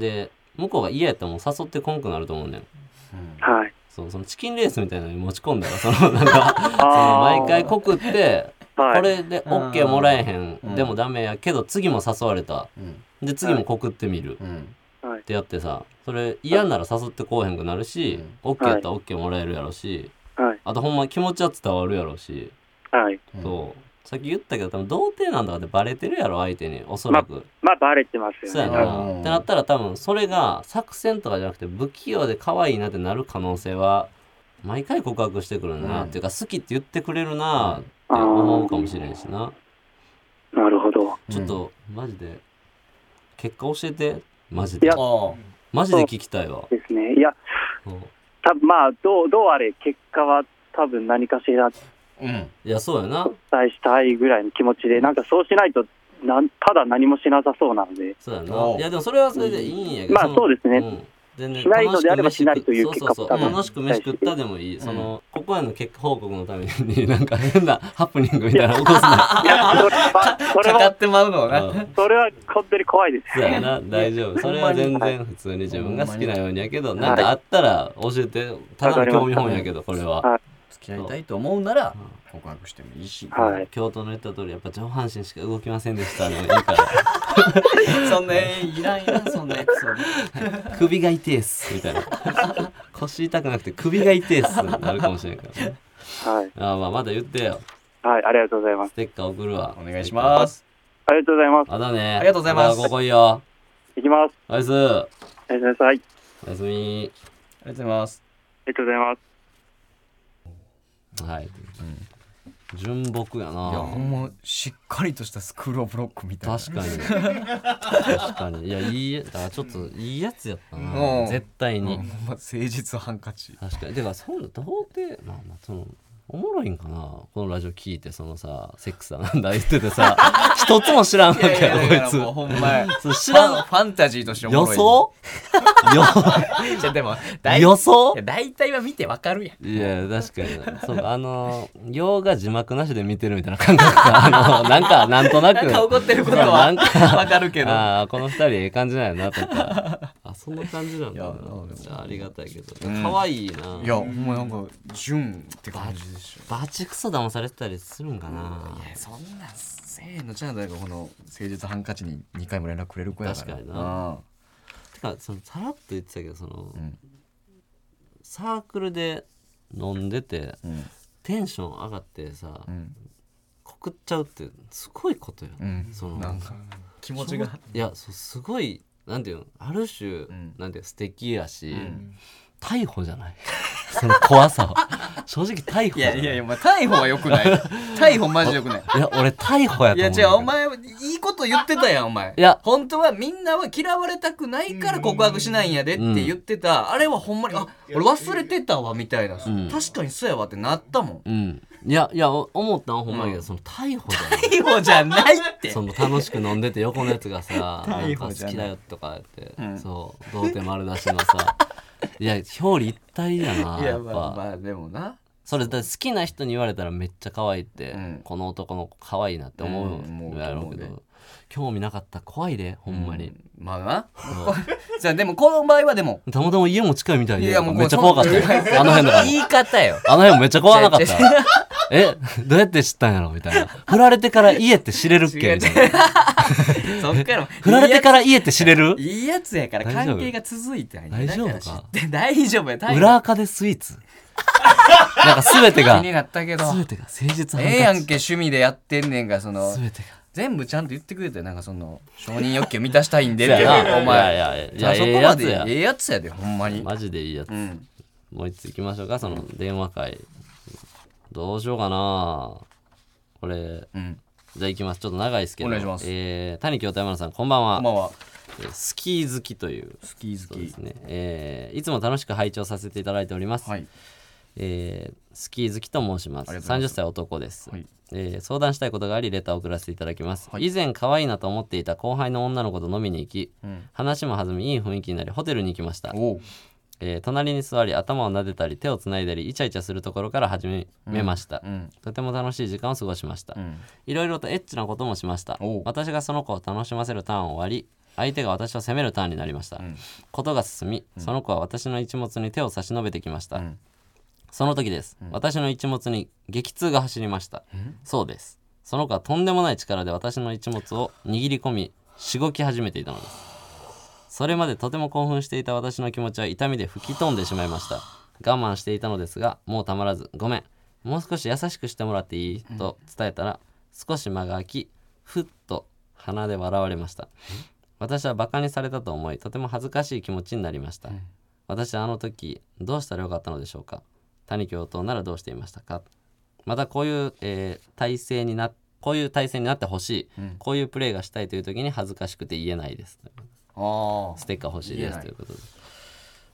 で向こうが嫌やったらもう誘ってこんくなると思うねん
はい。
そうそのチキンレースみたいなのに持ち込んだらそのなんかその
あー
毎回告って
はい
これで OK もらえへん、
うん
でもダメやけど次も誘われた
うん
で次も告ってみる、
うん
ってやってさそれ嫌なら誘ってこうへんくなるし、オッ OK やったら OK もらえるやろし、
はい
あとほんま気持ちは伝わるやろし、
はい。
うん
そうさっき言ったけど多分童貞なんだかってバレてるやろ相手におそらく、
まあ、バレてますよ
そう
ね
や。
な
な、
うん
ってなったら多分それが作戦とかじゃなくて不器用で可愛いなってなる可能性は毎回告白してくる
う
な、
ん
っていうか好きって言ってくれるなって思うかもしれんしな、
なるほど。
ちょっとマジで結果教えてマジ
い
で
や
おう
マジで聞きたいわ、
ですね。いや、
うん
たまあ、どう、どうあれ、結果は多分何かしらお
うん
いやそうやな
伝えしたいぐらいの気持ちで、なんかそうしないと、なんただ何もしなさそうなので、
そうや
お
な。
う
いやでもそれはそれでいいんやけど。
まあ
の
そうですね
ん全然
しないのであれ
楽
ば
く飯
しないという結果
そうそう
多
そう
分
楽しく飯食ったでもいい。その、ここへの結果報告のために、なんか変なハプニングみたいなの起こすな。
いや、それは、それ
かか
は
っ、てまうのを
う
なん
それは本当に怖いです
そうやな、大丈夫。それは全
ほんま
然普通に自分が好きなようにやけど、
ん
なんかあったら教えて、ただの興味本やけど、これ
は
は。
い
付き合いたいと思うなら告白してもいいし
はい。
京都の言った通り、やっぱ上半身しか動きませんでしたのいいから、
そんないらんいらんそんなエピソード
首が痛いっす、みたいな。 腰痛くなくて首が痛いっす、なるかもしれんから。
はい。
あまあ、まだ言ってよ。
はい、ありがとうございます
ス。テッカー送るわ。
お願いします
ありがとうございます。
まだね。
ありがとうございます
ここいいよ。
いきます。
おやす。お
おやすみなさい。あり
やすみ。
ありがとうございます
がとうございます。
はい。純朴や
いや
な
ほ。んましっかりとしたスクールオブロックみたいな
確かに。 確かに。いや、いいや、あちょっといいやつやった
う
な。
ん
絶対に
うん。ほんま誠実ハンカチ
確かに。てか、そうだ、童貞、まあまあ、その、おもろいんかなこのラジオ聞いてそのさセックスだなんだ言って てさ一つも知らんわ
い
け
やい
や
や
ろ
いや
こいつ
もうほんまや
そう知らん
ファンファンタジーとしておも
予
ろい
想
いやでも
よ
大
予想
いや大体は見てわかるやん
いや確かにそうあの洋画字幕なしで見てるみたいな感覚があのなんかなんとな
な
く
んか怒ってること
な
は
んか
わかるけど
ああこの二人ええ感じなんやなと かあそんな感じなんだ
いや
な
でも
じゃあありがたいけど
うん
可愛いない
や、ほんまなんか、純って感じでしょ。
バチクソ騙されてたりするんかない
や、そんなん、せーの、ちゃんとなんかこの、誠実ハンカチに2回も連絡くれる子やから。
確かに
な。
てかそのさらっと言ってたけどその、
うん
サークルで飲んでて
うん。
テンション上がってさ、
うん。
告っちゃうってすごいことや、
うん。
その
なんか、気持ちが。
いやそうすごいなんていうのある種、
ん
なんていうの素敵やし、
ん
逮捕じゃない その怖さは正直逮捕
い
じゃ
や
ない
いやいや、お前、逮捕はよく ない。逮捕マジでよくない。
いや俺逮捕や
い
と思
や
う
違う、お前、いいこと言ってたやん、お前。
いや
本当はみんなは嫌われたくないから告白しないんやでって言ってた。あれはほんまに、あ、俺忘れてたわ、みたいな。
ん
確かにそうやわってなったもん。
うんいやいやお思ったのほんまやけど、
うん
その逮捕じゃない
逮捕じゃない って。
その楽しく飲んでて横のやつがさ「なん
逮
か
捕
好
じゃない
きだよ」とか言って、
うん
そう童貞丸出しの さいや表裏一体やないや
や
っぱ、
まあまあでもな
それだって好きな人に言われたらめっちゃ可愛いって、
うん
この男の子可愛いなって思
うん思う
う
と思うで
やろうけど、興味なかったら怖いでほんまに、
まあなじゃあでもこの場合はでも
たまたま家も近いみたい
い
で
やもう
めっちゃ怖かったよあの辺だから
言い方よ
あの辺もめっちゃ怖なかっ
違う違う
たえどうやって知ったんやろみたい な振られてから家って知れるっけみたいな
そっからも
振られてから家って知れる
いいやつやから
大丈夫
関係が続いてない
大丈夫か
だら知って大丈夫や大丈
裏垢でスイーツなんか全て
夫
が
気になったけど
全てが誠実
え
ハンカ
え
チ
やんけ趣味でやってんねんからその
全てが
全部ちゃんと言ってくれてなんかその承認欲求満たしたいんでっ
い
て
やいや
お前
いやいやい
じゃ
や
あそ
ええ
こ
や
ま
つ
で
や
ええやつやでほんまに
マジでいいやつ
うん
もう一つ行きましょうかその電話会どうしようかなこれ
うん
じゃあ行きますちょっと長いですけど
お願いします
えー谷京太山田さんこんばんは
こんばんは
えースキー好きという
好き好
そうです
き
ね、えーいつも楽しく拝聴させていただいております、
はい
えースキー好きと申します
ありがとうござい
30
ま
歳男です、
はい
えー相談したいことがありレターを送らせていただきます、
はい
以前可愛いなと思っていた後輩の女の子と飲みに行き
うん
話も弾みいい雰囲気になりホテルに行きました、
おう
えー隣に座り頭を撫でたり手をつないだりイチャイチャするところから始めました、
うん
とても楽しい時間を過ごしました、
うん
いろいろとエッチなこともしました
おう
私がその子を楽しませるターンを終わり相手が私を責めるターンになりました、
ん
ことが進みその子は私の一物に手を差し伸べてきました、
ん
その時です、私の一物に激痛が走りました、そうですその子はとんでもない力で私の一物を握り込みしごき始めていたのですそれまでとても興奮していた私の気持ちは痛みで吹き飛んでしまいました我慢していたのですがもうたまらず「ごめんもう少し優しくしてもらっていい?」と伝えたら少し間が空きふっと鼻で笑われました私はバカにされたと思いとても恥ずかしい気持ちになりました、私はあの時どうしたらよかったのでしょうか谷教頭ならどうしていましたかまたこういう、えー体制になこういう体制になってほしい、こういうプレーがしたいという時に恥ずかしくて言えないです
あ
ステッカー欲しいで
言え
す
ない
ということで。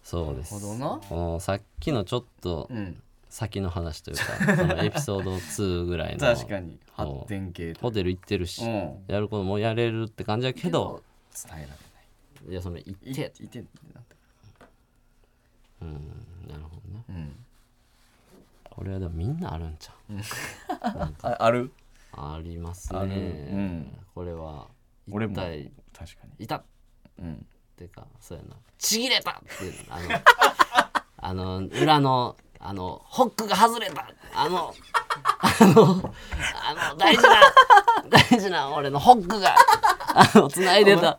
そうです
なるほどな
このさっきのちょっと
あうん
先の話という か、そのエピソード2ぐらいの
確かに
もう
発展系と
ホテル行ってるし、
うん
やることもやれるって感じやけど
伝えられない
いやその行って
いていてってなって
うんなるほどね
うん
これはでもみんなあるんちゃ
あある
うありますね、
あるうん
これは
俺
痛
も
い
確かに
痛っ
うん
てかそうやなちぎれたってあの あの裏のあのホックが外れたあのあのあの大事な大事な俺のホックがあの繋いでた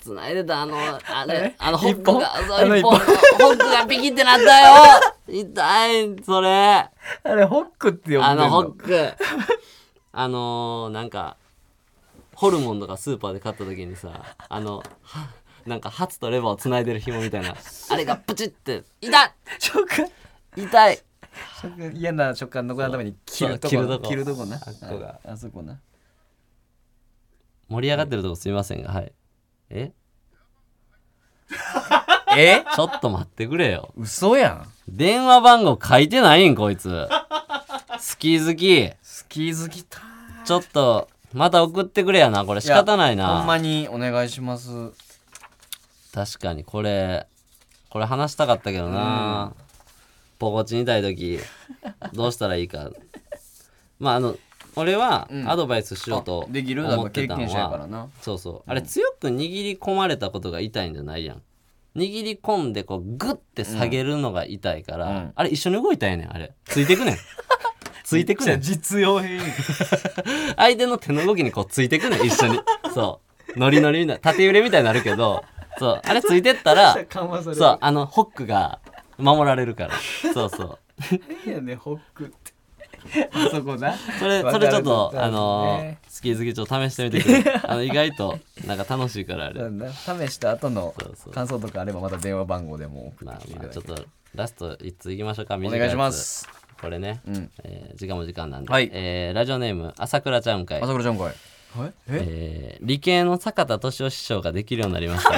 繋いでたあのあれあのホックが
一本
そう
あの
一
一
本
本
のホックがピキってなったよ痛いそれ
あれホックって呼んでんの
あのホックあのー、なんかホルモンとかスーパーで買った時にさあのはなんかハツとレバーをつないでる紐みたいなあれがプチって痛い
食感
痛い
食感嫌な食感残らんために切るとこ
そう切るとこ
切るとこな
あっこが
あそこな
盛り上がってるとこすみませんがはいえ
え
ちょっと待ってくれよ
嘘やん
電話番号書いてないんこいつキー好き。
スキー好きたー
ちょっと、また送ってくれやな。これ仕方ないな。
ほんまにお願いします
確かに、これ、これ話したかったけどな。ポコチにいたいとき、どうしたらいいか。まあ、あの、俺は
うん
アドバイスしようと
あできるだか
思
ら
って
経
たの
験者やから
は、
な
そうそう。あれ、強く握り込まれたことが痛いんじゃないやん。握り込んで、こう、グッて下げるのが痛いから、
うん
あれ、一緒に動いたんやねん、あれ。つい てくねん。ついてくねん。
実用 品
相手の手の動きにこうついてくねん一緒にそうノリノリみたいな縦揺れみたいになるけどそうあれついてっ たら
緩和され
そうあのホックが守られるからそうそう
いやねホックってあそこな
それそれちょっとあのー好き好きちょっと試してみてく れあの意外となんか楽しいからあれ
そうだな試した後の
そうそう
感想とかあればまた電話番号でも送っ
まあ
てきてい
ま
た
あ
だ
ち
い
ょってとラスト1ついきましょうか
お
短いや
願い
つ
します
これね、
うん
えー時間も時間なんで、
はい
えーラジオネーム朝倉ちゃん会
朝倉ちゃんこいえ
えー理系の坂田敏夫師匠ができるようになり ました。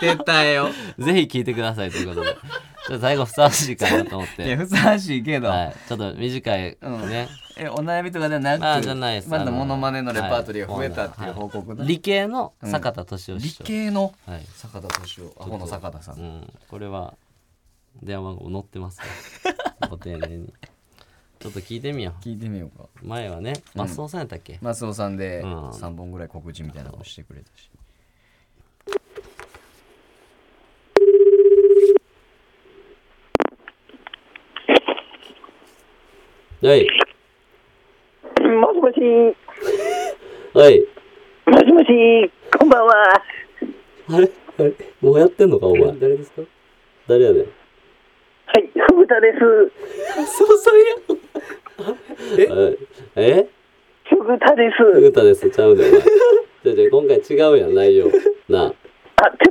出たよ
ぜひ聞いてくださいということで、ちょっと最後ふさわしいかなと思っ
いや
て、
ふさわしいけど
はい、ちょっと短いね、
うんえお悩みとかではなく
まあじゃないです
まだモノマネのレパートリーが増えたっていう報告だ
理系の坂田敏夫
理
師匠。
系の
はい
坂田敏夫アホの坂田さ
うんん、これは電話番号載ってます から、ご丁寧に。ちょっと聞いてみよ
聞いてみようか
う。前はね、マスオさんやったっけ、
マスオさんで
うん
3本ぐらい告知みたいなのもしてくれたし
はい、
もしもし、
はい。
もしもし、こんばんは。
あれあれもうやってんのか、お前。誰ですか誰やねん。
はい、ふ田です。
そうそれ や。ええ
ふぐたです。
ふたです、ちゃうねん。お 前じゃあじゃあ今回違うやん、内容。な
あ、ちょっ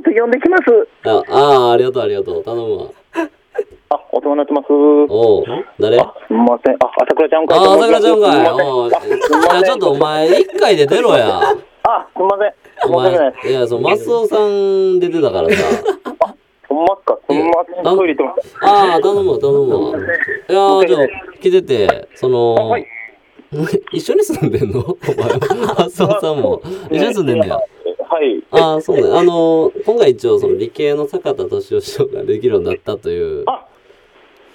と呼んできます。
あ。ああー、ありがとう、ありがとう。頼むわ。
あ、お世話になってます。
おう、誰あ
あ、すみません。あ、朝倉ちゃんか
あ
いと
ー、
思いま
桜
す。
ちゃんかい。お う。
すみませ
じゃあ
ん
ちょっとお前、一回で出ろや。
あ、すみません。申し
お前、
訳ない
いや、その、マスオさん出てたからさ。
ほんまっすか。すみません。トイレ行ってます。
ああ、頼むわ、頼むわ。いやー、じゃあ、来てて、その、
はい
一緒に住んでんの お前、 マスオさんも。一緒に住んでんねや。
はい。
ああ、そうね。あのー、今回一応、その理系の坂田敏夫師匠ができるようになったという。あ
あ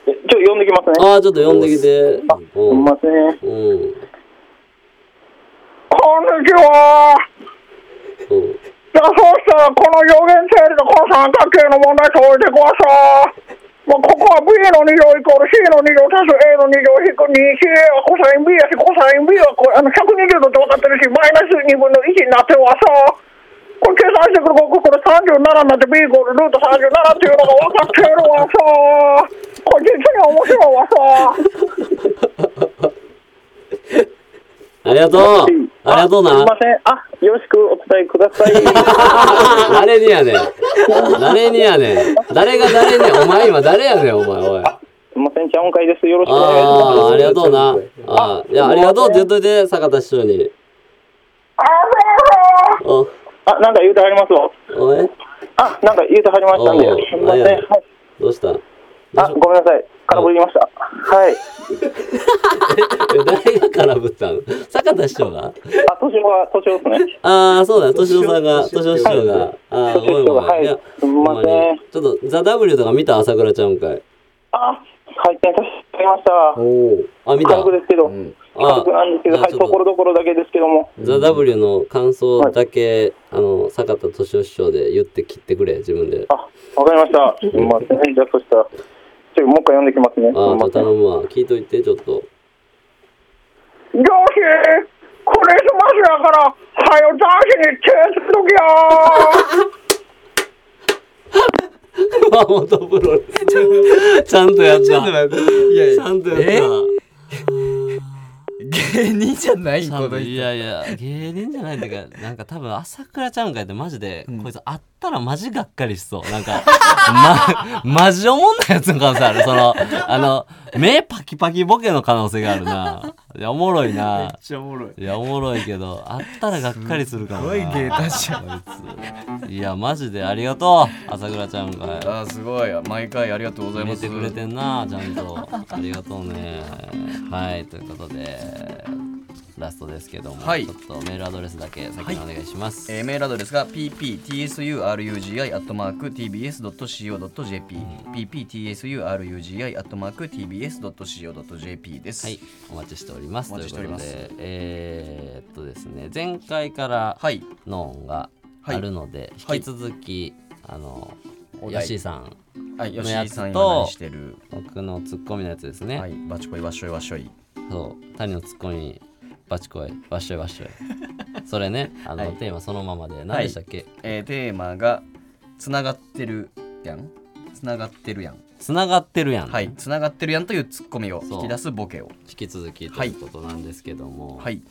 えちょっと呼んできますね。
あー、ちょっと呼んできて。
す
う
み
ん。
ません。
うん。
こんにちは。
うん。
じゃあそうしたらこの余弦整理のこの三角形の問題解いてください。まあ、ここは B の2乗イコール C の2乗足す A の2乗引く 2CA はコサイン B やしコサイン B はこれあの120度って分かってるしマイナス2分の1になってはさこれ計算してくる僕これ37になって B イコールルート37っていうのが分かってるわさこれ実に面白いわさ
ありがとうありがとうな。
せんあよろしくお伝えください
誰にやねん。誰にやねん。誰が誰ねん。お前今誰やねん、お前、おい。あ
すみませんちゃん会ですよろし
あー、ありがとうな。ああ、いや、ありがとうって言っといて、坂田師匠に。お、
あ、なんか言うてはりますわ。
おい
あ、なんか言うてはりましたんで
おう。
すみませ
あ
ん。はい
や。どうしたえ
あ、ごめんなさい。空振りました。はい。
誰が空振ったの坂田師匠が
あ、年は年をですね。
ああ、そうだ、敏夫さんが、敏夫師匠が。 ああ、ごめんごめ
は
ん。い
い
や、
すんません
ほにちょっと、ザ・ W とか見た朝倉ちゃんかい。
あ、拝見させていただきました。
お
あ、見た。
軽くですけど、
ん
軽くなんですけど、
あ
はい、
ちょ
と
っと
ころどころだけですけども。
ザ・ W の感想だけ、あの、坂田敏夫師匠で言って切ってくれ、自分で。あ
あ、わかりました。すみ ません。じゃあ、そしたら、ちょ、もう一回読んできますね。す
あ、ちょ
み
っ
ま
と
せん
頼。むわ。聞いといて、ちょっと。
上司、クリスマスやから、はよ男子に手つけときや
熊本プロレス。ちゃんとやった。ち
ちょっと待っていやいや
ゃんとやった。
芸人じゃないこの
い
人
やいや、芸人じゃないっていうか、なんか多分朝倉ちゃんかいってマジで、こいつ合っったらマジがっかりしそうなんか まマジおもんなやつの可能性あるそのあの目パキパキボケの可能性があるないやおもろい
めっ
な
ちゃおもろい
いやおもろいけどあったらがっかりするか
す
も
ご
ない
芸達者
いやマジでありがとう朝倉ちゃんが
あーすごい毎回ありがとうござい
入
ま
れ
す
てくれてんなちゃんとありがとうねはいということでラストですけども、
はい
ちょっとメールアドレスだけ先にお願いします、
えーメールアドレスが pptsurugi.tbs.co.jp pptsurugi.tbs.co.jp です。
はい、お待ちしております。
お待ちしております
ということで、えーっとですね、前回から
はい。
の音があるので、
はい
引き続き、あの、
お題
吉井さん、
はい、
の
吉
や
井
つ
さん
と
今何してる。
僕のツッコミのやつですね。
はい、バチコイわっしょいわっしょい。
そう、谷のツッコミ、バチコイ、バッショイバッ ショイ。それね、あの、
はい
テーマそのままで、何でしたっけ、
えーテーマが、つながってるやん。つながってるやん。
繋がってるやん。
はい、つながってるやんというツッコミを
そう
引き出すボケを。
引き続きと
はいいう
ことなんですけども、
はい。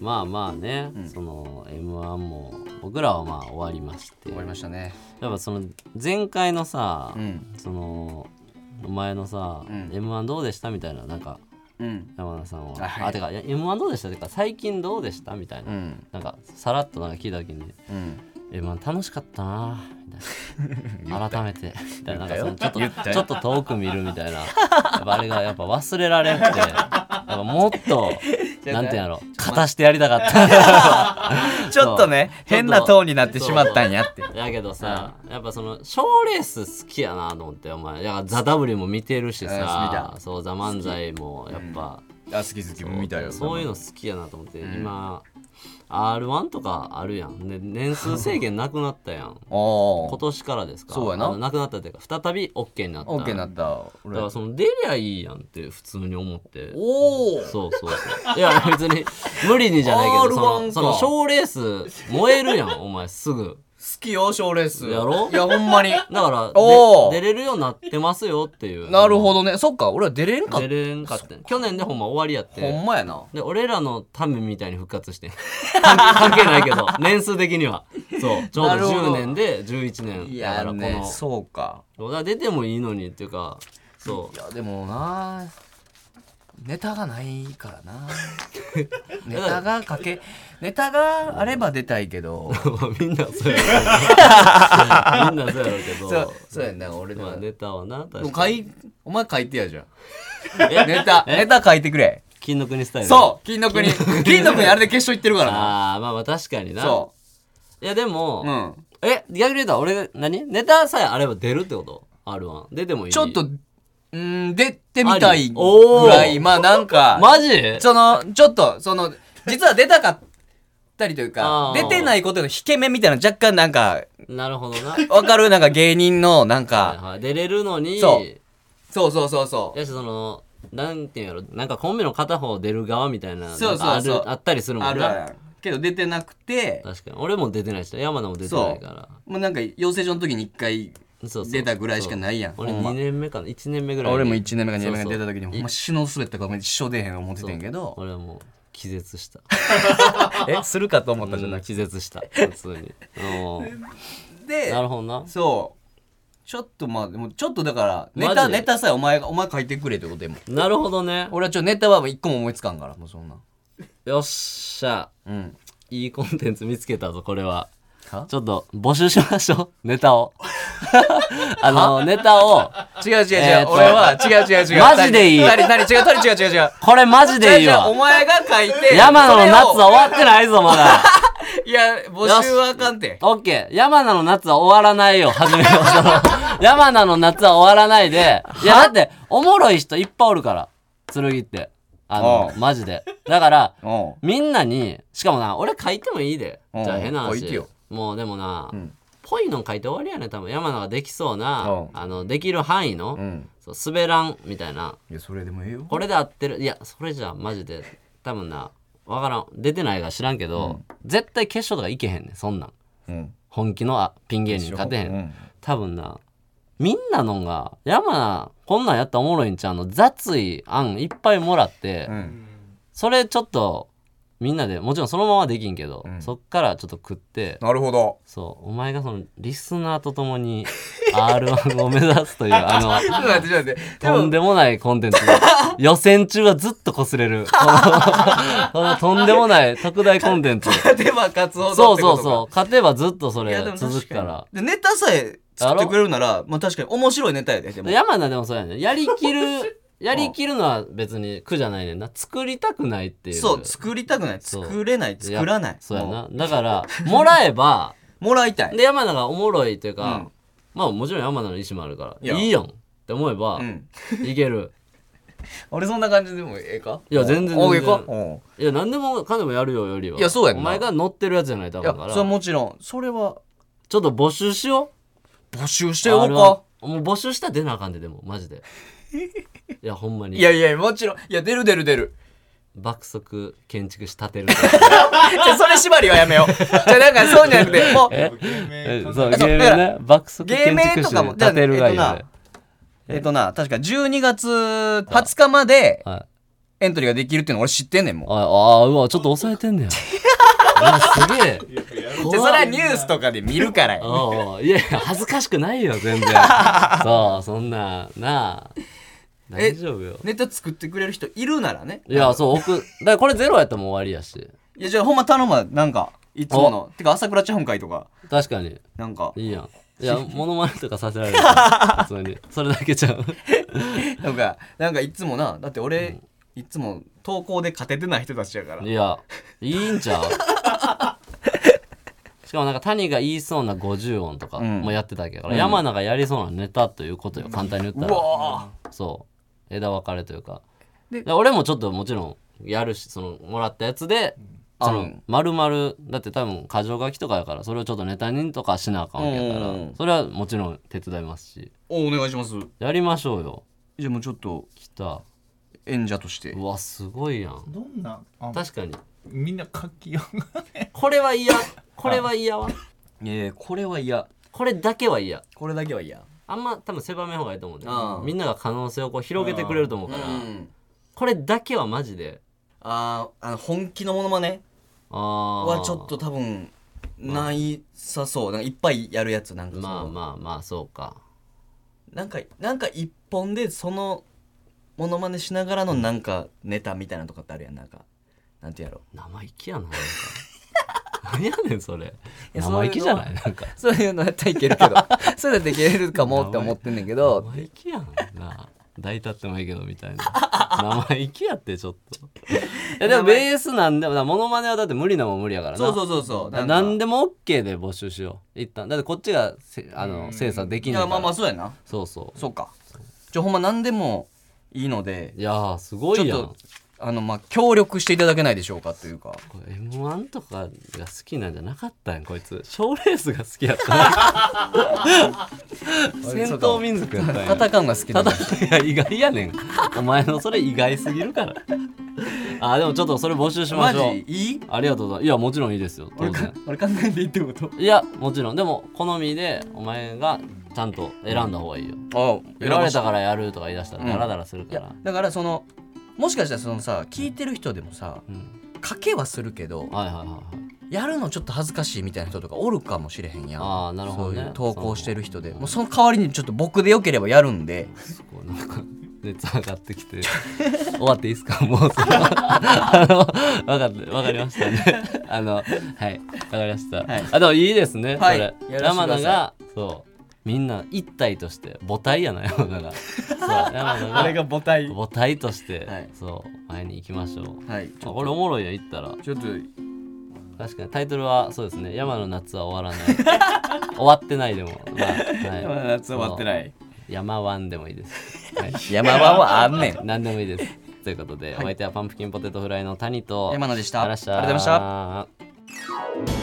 まあまあね、
うん
その M1 も僕らはまあ終わりまして、
終わりましたね。
やっぱその前回のさ、
うん。
そのお前のさ「
うん
m 1どうでした?」みたいななんか
うん。
山田さんは「
あはい
あてか m 1どうでした?」てか「最近どうでした?」みたいな、
うん。
なんかさらっとなんか聞いた時に
うん。
「m 1楽しかったな」みたい な改めてみたいななんかそのちょ
言っ
ったと
よ
ちょっと遠く見るみたいなやっぱあれがやっぱ忘れられんくてやっぱもっ となんていうんやろ勝たしてやりたか った。
ちょっとね、
そう
変なトーンになってしまったんやって。
だけどさ、やっぱその賞レース好きやなと思ってお前だから「ザ・ w も見てるし
うん
さ
好きだ
そう「ザ・漫才もやっぱ、
あ、好き好きみたい
そういうの好きやなと思って、今 r 1とかあるやんで年数制限なくなったやん
お
今
お。
年からですか
そうやな
あのなくなったっていうか再び OK になった
オッケーにな
だ
った。俺
からその出りゃいいやんって普通に思って
おお。
そうそうそういや別に無理にじゃないけど
R1 か
その賞レース燃えるやんお前すぐ。
好きよ、賞レース。
やろ
いや、ほんまに。
だか ら
おー
で出れるようになってますよっていう
なるほどね。そっか、俺は出れんかっ。
出れんかって去年でほんま終わりやった
ほ
て
んまやな。
で俺らのためみたいに復活してん 関係ないけど 年数的にはそうちょうど
なるほど
10年で11年
い
だか
や
らこの、
ね、そうか。
だから出てもいいのにっていうかそ
いや、でもな、ネタがないから な。ネタがかけ、ネタがあれば出たいけ ど。
うまあ みんなそうやろうけどみんなそうやろうけど
そう、そうやんな、俺で
まあ
も。
ネタはな
でも
確
書
かに
い、お前書いてやじ ゃん。
え
ネタ、ネタ書いてく れ。
金の国スタイル
そう金の国 金の国あれで決勝行ってるからな。
ああまあまあ確かにな
そ
いやでも、
う。うん。
え逆に言うと俺何ネタさえあれば出るってこと R1 出てもいい
ちょっと、うん、出てみた
あ
い
り
ぐ
おー
らい、まあなんか、
マジ
その、ちょっと、その、実は出たかったりというか
あ、ー
出てないことの引け目みたいな若干なんか、
なるほど な
わかるなんか芸人の、なん
はい
か、
はい出れるのに
そうそうそうそうそう。
やしそのなんていうんやろなんかコンビの片方出る側みたいな
そうそうそう
なんかあるあったりするもんな
あるある。けど出てなくて、
確かに俺も出てないし山田も出てないから
もうなんか養成所の時に一回、
そうそう
出たぐらいしかないやん
そう俺
ほんま
2年目かな1年目ぐらいに
俺も1年目か2年目
そ
か
うそう
出た時に、ほんま死の滑ったから一生出えへん思っててんけど、
俺はもう気絶した
え、するかと思ったじゃ
う
なんく
気絶した普通にうん
て
なるほどな
そうちょっとまあでもちょっとだからネ
マ
タ
ジで
ネタさえお前がお前書いてくれってことでも
なるほどね
俺はちょっとネタはもう一個も思いつかんからもうそんな
よっしゃ
うん
いいコンテンツ見つけたぞこれは
は
ちょっと募集しましょう、ネ タを。あの、ネタを、
違う違う違う、
えーと
俺は違う違う違う
マジでいい
何何違う何違う違う違う
これマジでいい
違う違うお
わ。
前が書いて
山名の夏
それ
は終わってないぞ、まだ。
をいや募集はあかんて
オッケー。山名の夏は終わらないよ、始めよう。その 山名の夏は終わらないで。いや、だって、おもろい人いっぱいおるから、剣って。あの
お、う
マジで。だから、
お
みんなに、しかもな、俺書いてもいいで。
おう
じゃあ変な
書いて
話
よ。
もうでもな
う、ん
ぽいの書いて終わりやね、多分。山名ができそうな
おう、
あの、できる範囲の
う、ん
そう滑らんみたいな。
いやそれでもええよ
これで合ってるいやそれじゃあマジで多分なわからん出てないが知らんけど、絶対決勝とかいけへんねんそんなん
うん
本気のあピン芸人勝てへん、
うん
多分なみんなのんが山名こんなんやったらおもろいんちゃうの雑い案いっぱいもらって、
うん
それちょっとみんなでもちろんそのままできんけど、
うん
そっからちょっと食って
なるほど。
そうお前がそのリスナーと共に r 1を目指す というあの
ちょっと待って、ちょっと待って。
とんでもないコンテンツが予選中はずっと擦 れるこのこのとんでもない特大コンテンツ
勝てば勝つほど
そう
ってことか
そうそう勝てばずっとそ
い
れ
やでも
続
確
くから
にでネタさえ作ってくれるならまあ確かに面白いネタやででも
山名でもそうやねんやり きるやりきるのは別に苦じゃないねんな作りたくないっていう
そう作りたくない
そう
作れない作らない
そうや
も
なだからもらえ ば
うもらいたい
で山名がおもろいという
う
か
ん、
まあもちろん山名の意思もあるから
いや
いいやんって思えば、
うん
いける
俺そんな感じでもええか
いや全然
おうええ
全然
かお
いや何でもかんでもやるよよりはい
やそうやんな
お前が乗ってるやつじゃない多
ういや
分か
それ
ら
は
ち
もちろんそれは
ょっと募集しよ
募集し
う
ておこう
R1
か
もう募集したら出なあかんででもマ ジでいやほんまに
いやいやもちろんいや出る出る出る
爆速建築士立てる
じゃあそれ縛りはやめよう じゃあなんかそうじゃなくてもう
ええそう
あそうだ
芸名
から
ね爆速
芸
建
名
築
と
士
かも
立てるがいい
だ
よ
からえっ
ね
とえっとな確か12月20日まで
はい
エントリーができるっていうの俺知ってんねんもう
ああうわちょっと抑えてん ねやうわすげえ
じゃあそれはニュースとかで見るからや
おうおういやいや恥ずかしくないよ 全然そうそんななあ
え
大丈夫よ
ネタ作ってくれる人いるならね
いやそう奥だからこれゼロやったらもう終わりやし
いやじゃあほんま頼むわなんかいつものてか朝倉ちゃん会とか
確かに
なんか
いいやんいやモノマネとかさせられるから普通にそれだけちゃう
なんかなんかいつもなだって俺、いつも投稿で勝ててない人たちやから
いやいいんち ゃうしかもなんか谷が言いそうな50音とか
うん
もやってたわけやから、山名がやりそうなネタということよ簡単に言った
う
ら、
わ
そう枝分かれというかだから俺もちょっともちろんやるしそのもらったやつで、
うん
そ
ある
の丸々だって多分箇条書きとかやからそれをちょっとネタにとかしなあかんわけやから、
うん
それはもちろん手伝いますし
おお願いします
やりましょうよ
じゃあもうちょっと
来た
演者として
うわすごいやん
どんな、あ
確かに
みんな書きようが
これは嫌これは嫌わ
ええこれは嫌
これだけは嫌
これだけは嫌
あんま多分狭め方がいいと思うんだ
あ
よ
あ
みんなが可能性をこう広げてくれると思う
う
から
ん
これだけはマジで
あーあの本気のモノマネ
あー
はちょっと多分ないさそうなんかいっぱいやるやつなんかその
まあまあまあそうか
なんかなんか一本でそのモノマネしながらのなんかネタみたいなのとかってあるやんなんかなんてやろ
生意気やな なんか何やねんそれ
や
生意気じゃないなんか
そういうのやったらいける けどそういうのやったらいけるかもって思ってんねんけど
生意気やんな抱いたってもいいけどみたいな生意気やってちょっといやでもベースなんでもだからモノマネはだって無理なもん無理やか らな
そうそうそうそう
な
なんんか
でも OK で募集しよう一旦だってこっちがせあの精査でき
い
んねん
や
から
まあまあそうやな
そうそう
そうかじゃほんま何でもいいので
いやーすご
ちょっ
いやん
とあのまあ協力していただけないでしょうかというか
これ m 1とかが好きなんじゃなかったんやこいつ賞レースが好きやっ たんや戦闘民族やったんや
戦うのが好きだ
ただいや意外やねんお前のそれ意外すぎるからあでもちょっとそれ募集しま
マ
しょう
ジいい
ありがとうございますいやもちろんいいですよ当
俺
然
か俺考えていいってこと
いやもちろんでも好みでお前がちゃんと選んだ方がいいよ
あ
言われたからやるとか言い出したらダラダラする
い
か
や
ら、
だからそのもしかしたらそのさ聞いてる人でもさ
うん、
賭けはするけど
はいはいはいはい
やるのちょっと恥ずかしいみたいな人とかおるかもしれへんやん
あーなるほどね
そういう投稿してる人でもうその代わりにちょっと僕でよければやるんです
ごいなんか熱上がってきて 終わっていいですかもうその あの分かったわかりました ねあのはいわかりました、
はい
あでもいいですね、
はい
そ
やらせてく
れ
ださい
山名がそうみんな一体として母体やな山名が そう山名が
母体
母体として、
はい
そう前に行きましょう、
はいち
まあ
ょ
これおもろいや行ったら
ちょっと
確かにタイトルはそうですね「山の夏は終わ らない」終わってないでも、まあはい
山の夏終わって ない
そう山ワンでもいいです、はい、
山場はあんねん
何でもいいですということで、お相手はパンプキンポテトフライの谷と
山野でした
ありがとうござい
あ
ま
りがとうございま
した